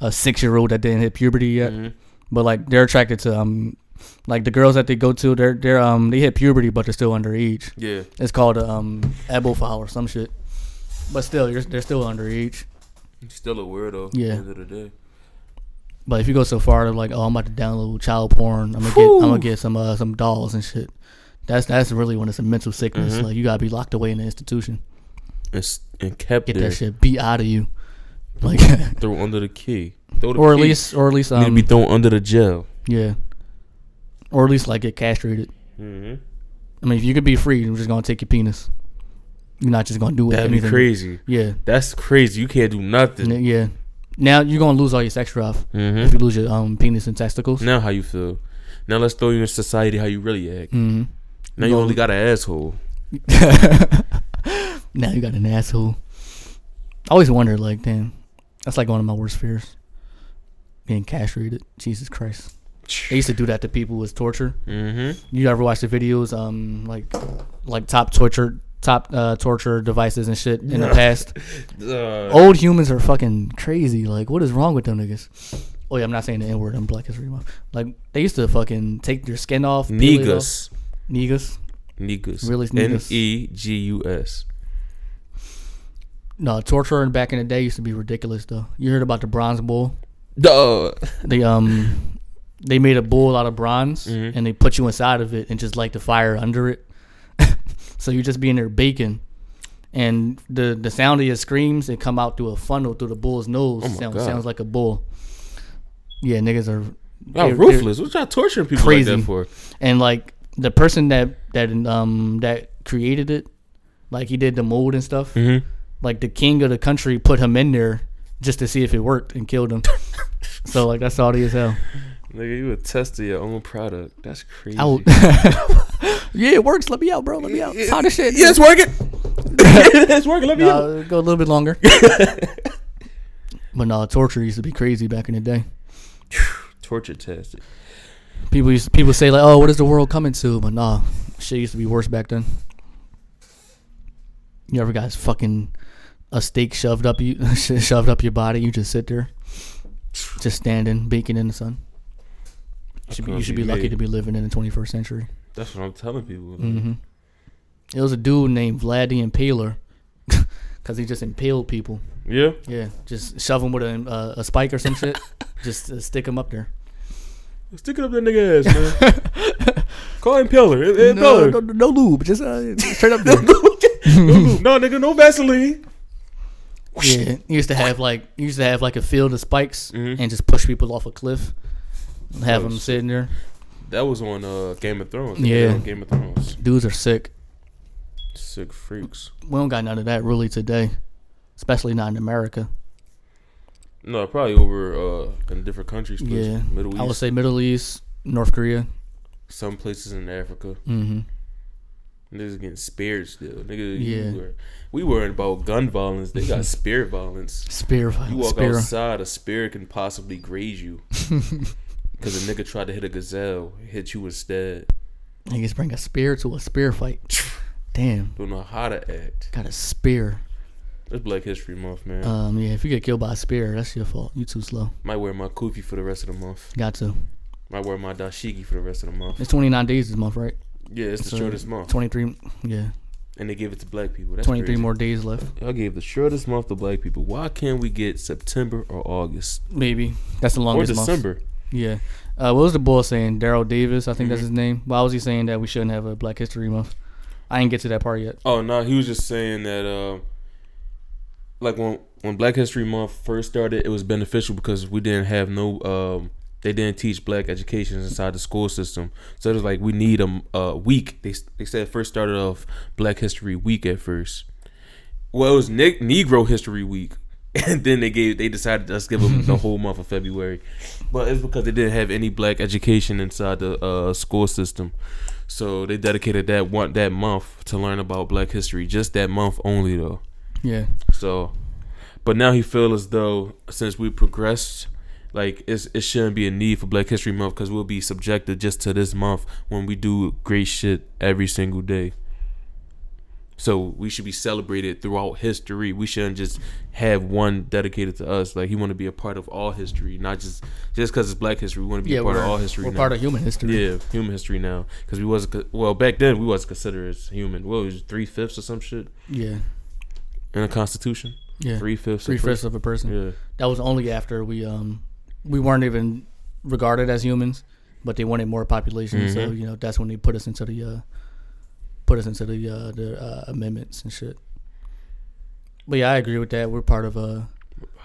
a six year old that didn't hit puberty yet, but like they're attracted to um like the girls that they go to, they're they're um they hit puberty but they're still underage. Yeah. It's called um ebophile or some shit, but still you're they're still underage. He's still a weirdo. Yeah. End of the day. But if you go so far to like, oh, I'm about to download child porn. I'm gonna get, I'm gonna get some uh, some dolls and shit. That's that's really when it's a mental sickness. Like you gotta be locked away in an institution. And, s- and kept Get there. that shit beat out of you. Like, Throw under the key. Throw the or at key. least, or at least, need to be um, thrown under the jail. yeah, or at least like get castrated. Mm-hmm. I mean, if you could be free, you're just gonna take your penis. You're not just gonna do it. That'd be anything. crazy. Yeah, That's crazy. You can't do nothing. N- yeah. Now you're gonna lose all your sex drive if Mm-hmm. you lose your um penis and testicles. Now how you feel? Now let's throw you in society how you really act. hmm Now you only got an asshole. now you got an asshole. I always wonder, like, damn, that's like one of my worst fears. Being castrated. Jesus Christ. They used to do that to people with torture. Mm-hmm. You ever watch the videos, um, like, like top torture, top uh, torture devices and shit in the past? Uh, Old humans are fucking crazy. Like, what is wrong with them niggas? Oh yeah, I'm not saying the N word. I'm black history month. Like, they used to fucking take their skin off. peel it off. Niggas. Negus. Negus. Really, N niggas. E G U S. No, torturing back in the day used to be ridiculous though. You heard about the bronze bull? Duh. They um they made a bull out of bronze Mm-hmm. and they put you inside of it and just light the fire under it. so you just be in there baking. And the the sound of your screams it come out through a funnel through the bull's nose. Oh my sounds God. sounds like a bull. Yeah, niggas are Y'all they're- ruthless. What y'all torturing people Crazy. like that for? and like the person that that um that created it, like he did the mold and stuff. Mm-hmm. Like the king of the country put him in there just to see if it worked and killed him. so like that's all he is hell. Nigga, you a test of your own product. That's crazy. I will- yeah, it works. Let me out, bro. Let me out. Tired of shit. Yeah, it's working. it's working. Let me out. Uh, go a little bit longer. but no, torture used to be crazy back in the day. Torture test. People used people say like, "Oh, what is the world coming to?" But nah, shit used to be worse back then. You ever got fucking a steak shoved up you shoved up your body? You just sit there, just standing, baking in the sun. Should be, you should be lucky to be Mm-hmm. living in the 21st century. That's what I'm telling people. It was a dude named Vlad the Impaler, cause he just impaled people. Yeah. Yeah, just shove them with a uh, a spike or some shit. just uh, stick them up there. Stick it up that nigga ass, man. Call him Pillar. It, it Pillar. no, no lube, just uh, straight up there. No, nigga, no Vaseline. Yeah, you used to have like you used to have like a field of spikes and just push people off a cliff, and have them Mm-hmm. Gross. sitting there. That was on uh, Game of Thrones. Yeah. On Game of Thrones. Dudes are sick. Sick freaks. We don't got none of that really today, especially not in America. No, probably over uh, in different countries. Places. Yeah, Middle East. I would say Middle East, North Korea. some places in Africa. hmm Niggas getting speared still. Nigga, Yeah. you were, we worried about gun violence. They got spear violence. Spear, You vi- walk spear. outside, a spear can possibly graze you. Because a nigga tried to hit a gazelle, hit you instead. Niggas bring a spear to a spear fight. Damn, Don't know how to act. got a spear. It's Black History Month, man. Um, yeah, if you get killed by a spear, that's your fault. You too slow. Might wear my kufi for the rest of the month. Got to. Might wear my dashiki for the rest of the month. It's 29 days this month, right? Yeah, it's the So, shortest month. 23, yeah, And they give it to black people. That's 23 crazy. more days left. Y'all gave the shortest month to black people. Why can't we get September or August Maybe that's the or longest month. December? Yeah. Uh, what was the boy saying? Daryl Davis, I think that's Mm-hmm. his name. Why was he saying that we shouldn't have a Black History Month? I ain't get to that part yet. Oh no, he was just saying that. Uh, like when when Black History Month first started, it was beneficial because we didn't have no. Um, they didn't teach black education inside the school system, so it was like we need a, m- a week. They s- they said it first started off Black History Week at first. Well, it was ne- Negro History Week, and then they gave they decided to just give them the whole month of February, but it's because they didn't have any black education inside the uh, school system. So they dedicated that one that month to learn about Black history, just that month only though. Yeah. So, but now he feel as though since we progressed like it's, it shouldn't be a need for Black History Month because we'll be subjected just to this month when we do great shit every single day. So we should be celebrated throughout history. We shouldn't just have one dedicated to us. Like he want to be a part of all history, not just just because it's Black history. We want to be Yeah, a part we're, of all history. we're now. part of human history. Yeah, human history now because we wasn't co- well back then. We wasn't considered as human. What was three fifths or some shit Yeah, in the Constitution? yeah. Three fifths. Three fifths of a person. Yeah, That was only after we um we weren't even regarded as humans, but they wanted more population, so Mm-hmm. you know that's when they put us into the uh put us into the uh, the uh, amendments and shit. But yeah, I agree with that. We're part of uh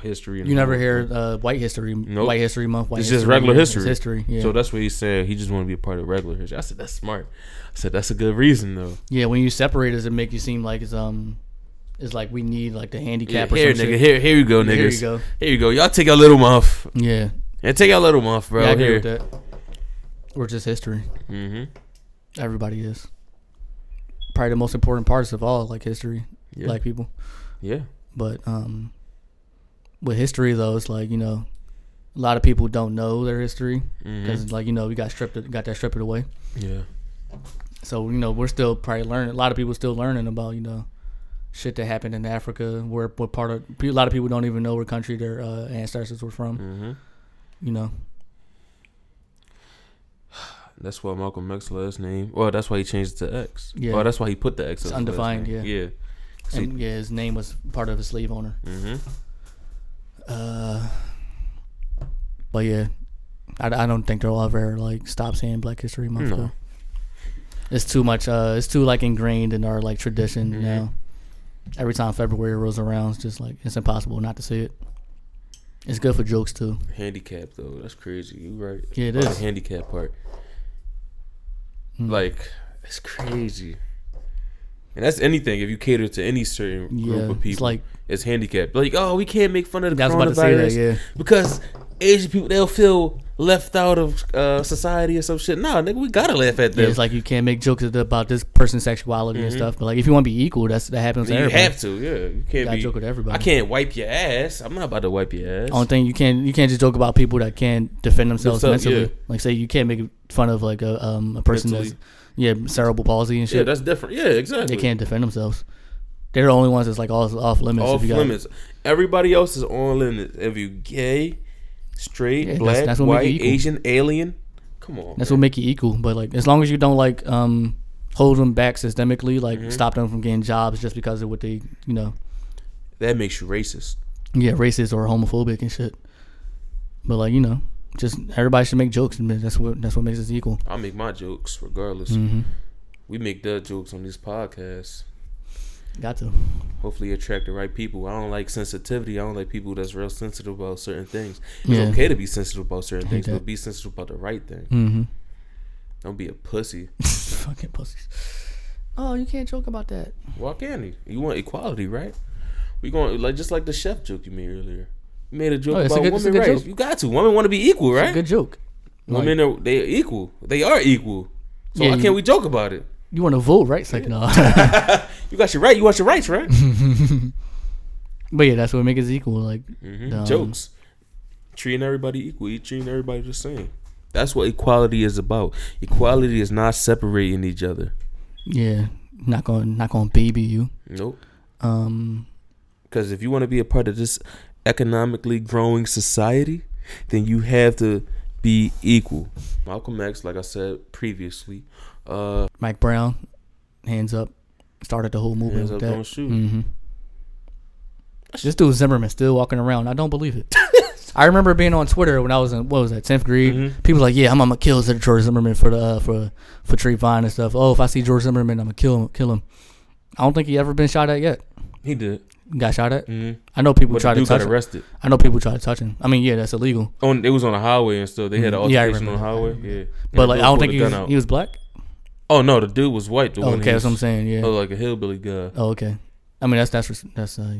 history. and you never all. hear uh white history Mm-hmm. Nope. white history month. White It's history just regular Month. history. It's history. Yeah. So that's what he said. He just want to be a part of regular history. I said that's smart. I said that's a good reason though. yeah. When you separate us, it make you seem like it's um it's like we need like the handicap or here, some nigga. shit. Here, here you go, Yeah, niggas. here you go. Here you go. Y'all take a little month. Yeah. Yeah, take a little month, bro. yeah, I agree here. with that. We're just history. Mm-hmm. Everybody is. Probably the most important parts of all, like history, Yeah. black people. Yeah. But um, with history though, it's like you know, a lot of people don't know their history Mm-hmm. because like you know we got stripped, it- got that stripped away. Yeah. So you know we're still probably learning. A lot of people still learning about you know shit that happened in Africa. Where what part of a lot of people don't even know where country their uh, ancestors were from. Mm-hmm. You know, That's why Malcolm X last name. Well, that's why he changed it to X. Yeah. Yeah. Well, that's why he put the It's X. as his last undefined, name. yeah. Yeah. See- and yeah, his name was part of a slave owner. Mm-hmm. Uh, but yeah, I, I don't think they'll ever like stop saying Black History Month. No. though. It's too much. Uh, it's too like ingrained in our like tradition Mm-hmm. now. Every time February rolls around, it's just like it's impossible not to see it. It's good for jokes too. Handicap though, that's crazy. You right? Yeah, it About is. Hmm. The handicap part, like, it's crazy. And that's anything. If you cater to any certain Yeah, group of it's people, like- it's handicapped. Like, oh, we can't make fun of the I was about to coronavirus say that, yeah. because Asian people they'll feel left out of uh, society or some shit. Nah, nigga, we gotta laugh at Yeah, them. it's like you can't make jokes about this person's sexuality and stuff. But like if you want to be equal, that's that happens. To Mm-hmm. you everybody. have to, yeah. You can't Gotta be. joke with everybody. I can't wipe your ass. I'm not about to wipe your ass. only thing you can't you can't just joke about people that can't defend themselves Themselves, mentally. yeah. Like say you can't make fun of like a um a person that's Mentally. yeah cerebral palsy and yeah, shit. that's different. Yeah, exactly. they can't defend themselves. They're the only ones that's like all off limits. off if you got- limits. Everybody else is on limits. If you gay, straight, Yeah, that's- black, that's what make it white, equal. Asian, alien, come on. That's man. what make you equal. But like as long as you don't like um hold them back systemically, like Mm-hmm. stop them from getting jobs just because of what they you know that makes you racist. yeah racist or homophobic and shit. But like you know, just everybody should make jokes. and That's what that's what makes us equal. I make my jokes regardless. Mm-hmm. We make the jokes on these podcasts. Got to. Hopefully, attract the right people. I don't like sensitivity. I don't like people that's real sensitive about certain things. It's Yeah. okay to be sensitive about certain things, that. but be sensitive about the right thing. Mm-hmm. Don't be a pussy. Fucking pussies. Oh, you can't joke about that. Why can't you? You want equality, right? We going like just like the chef joke you made earlier. You made a joke Oh, it's a about good- it's a women good rights. joke. You got to. Women want to be equal, right? Good joke. Women are they are equal. They are equal. So Yeah, why you- can't we joke about it? You want to vote, right? It's like, no. You got your right. You want your rights, right? but yeah, that's what makes us equal. Like, um, Mm-hmm. Jokes. Treating everybody equal. You treating everybody the same. That's what equality is about. Equality is not separating each other. Yeah, not gonna not gonna baby you. Nope. Um, Because if you want to be a part of this economically growing society, then you have to be equal. Malcolm X, like I said previously, uh, Mike Brown, hands up, started the whole movement hands with up, don't that. mm-hmm. shoot. This dude Zimmerman still walking around. I don't believe it. I remember being on Twitter when I was in what was that tenth grade. Mm-hmm. People like, yeah, I'm, I'm gonna kill George Zimmerman for the uh, for for Trayvon and stuff. Oh, if I see George Zimmerman, I'm gonna kill him. Kill him. I don't think he ever been shot at yet. He did. Got shot at. Mm-hmm. I know people But try to the dude got touch. Him. arrested. I know people try to touch him. I mean, yeah, that's illegal. On it was on the highway and stuff. They had an Mhm. Yeah, I altercation remember on the that. highway. Yeah, But like, And the I dude don't pulled think the he gun was, out. he was black. Oh no, the dude was white. The Oh, one okay, he that's what I'm was- saying. Yeah. Oh, like a hillbilly guy. Oh, okay. I mean, that's that's res- that's uh,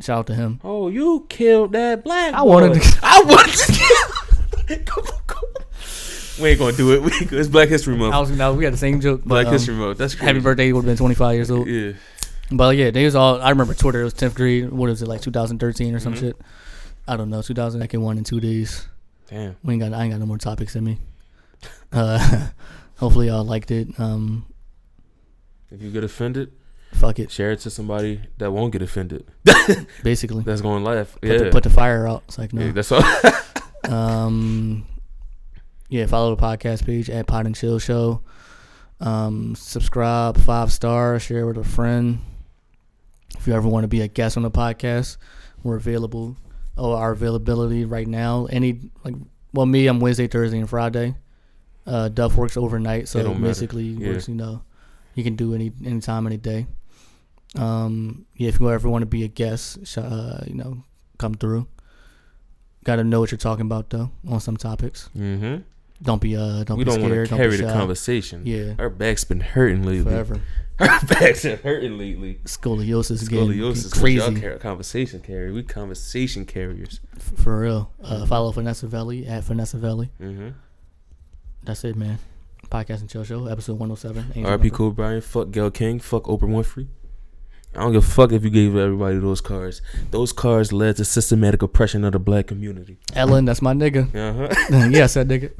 shout out to him. Oh, you killed that black. I wanted boy. to- I wanted to. Come on, come on. we ain't gonna do it. We, it's Black History Month. I was no, we had the same joke. But, Black um, History Month. That's crazy. Happy birthday would have been 25 years old. Yeah. But yeah, they was all. I remember Mm-hmm. Twitter. It was 10th grade. What was it like 2013 or some shit? I don't know. 2000. I can one in two days. Damn. We ain't got. I ain't got no more topics in me. Uh, hopefully y'all liked it. Um, If you get offended, fuck it. share it to somebody that won't get offended. Basically, That's going to laugh. put, Yeah. the, put the fire out. It's like no. Yeah, that's all. Um, yeah, follow the podcast page at Pod and Chill Show. Um, subscribe, five star, share with a friend. If you ever want to be a guest on the podcast, we're available. Oh, our availability right now. Any like, well, me, I'm Wednesday, Thursday, and Friday. Uh, Duff works overnight, It so don't matter. basically, Yeah. works. You know, you can do any any time, any day. Um, yeah, if you ever want to be a guest, sh- uh, you know, come through. Got to know what you're talking about though on some topics. hmm Don't be uh, don't We be don't want scared. to Don't carry be the shy. conversation. Yeah. Her back's been hurting lately. Forever. Her back's been hurting lately. Scoliosis, Scoliosis. Scoliosis but Y'all crazy carry conversation carrier. We conversation carriers. f- for real. Uh, follow Vanessa Velli at Vanessa Velli. Mm-hmm. That's it, man. Podcast and chill show episode 107. Angel R.P. number. Kobe Bryant. Fuck Gail King. Fuck Oprah Winfrey. I don't give a fuck if you gave everybody those cards. Those cards led to systematic oppression of the black community. Ellen, that's my nigga. Uh huh. yes, that nigga.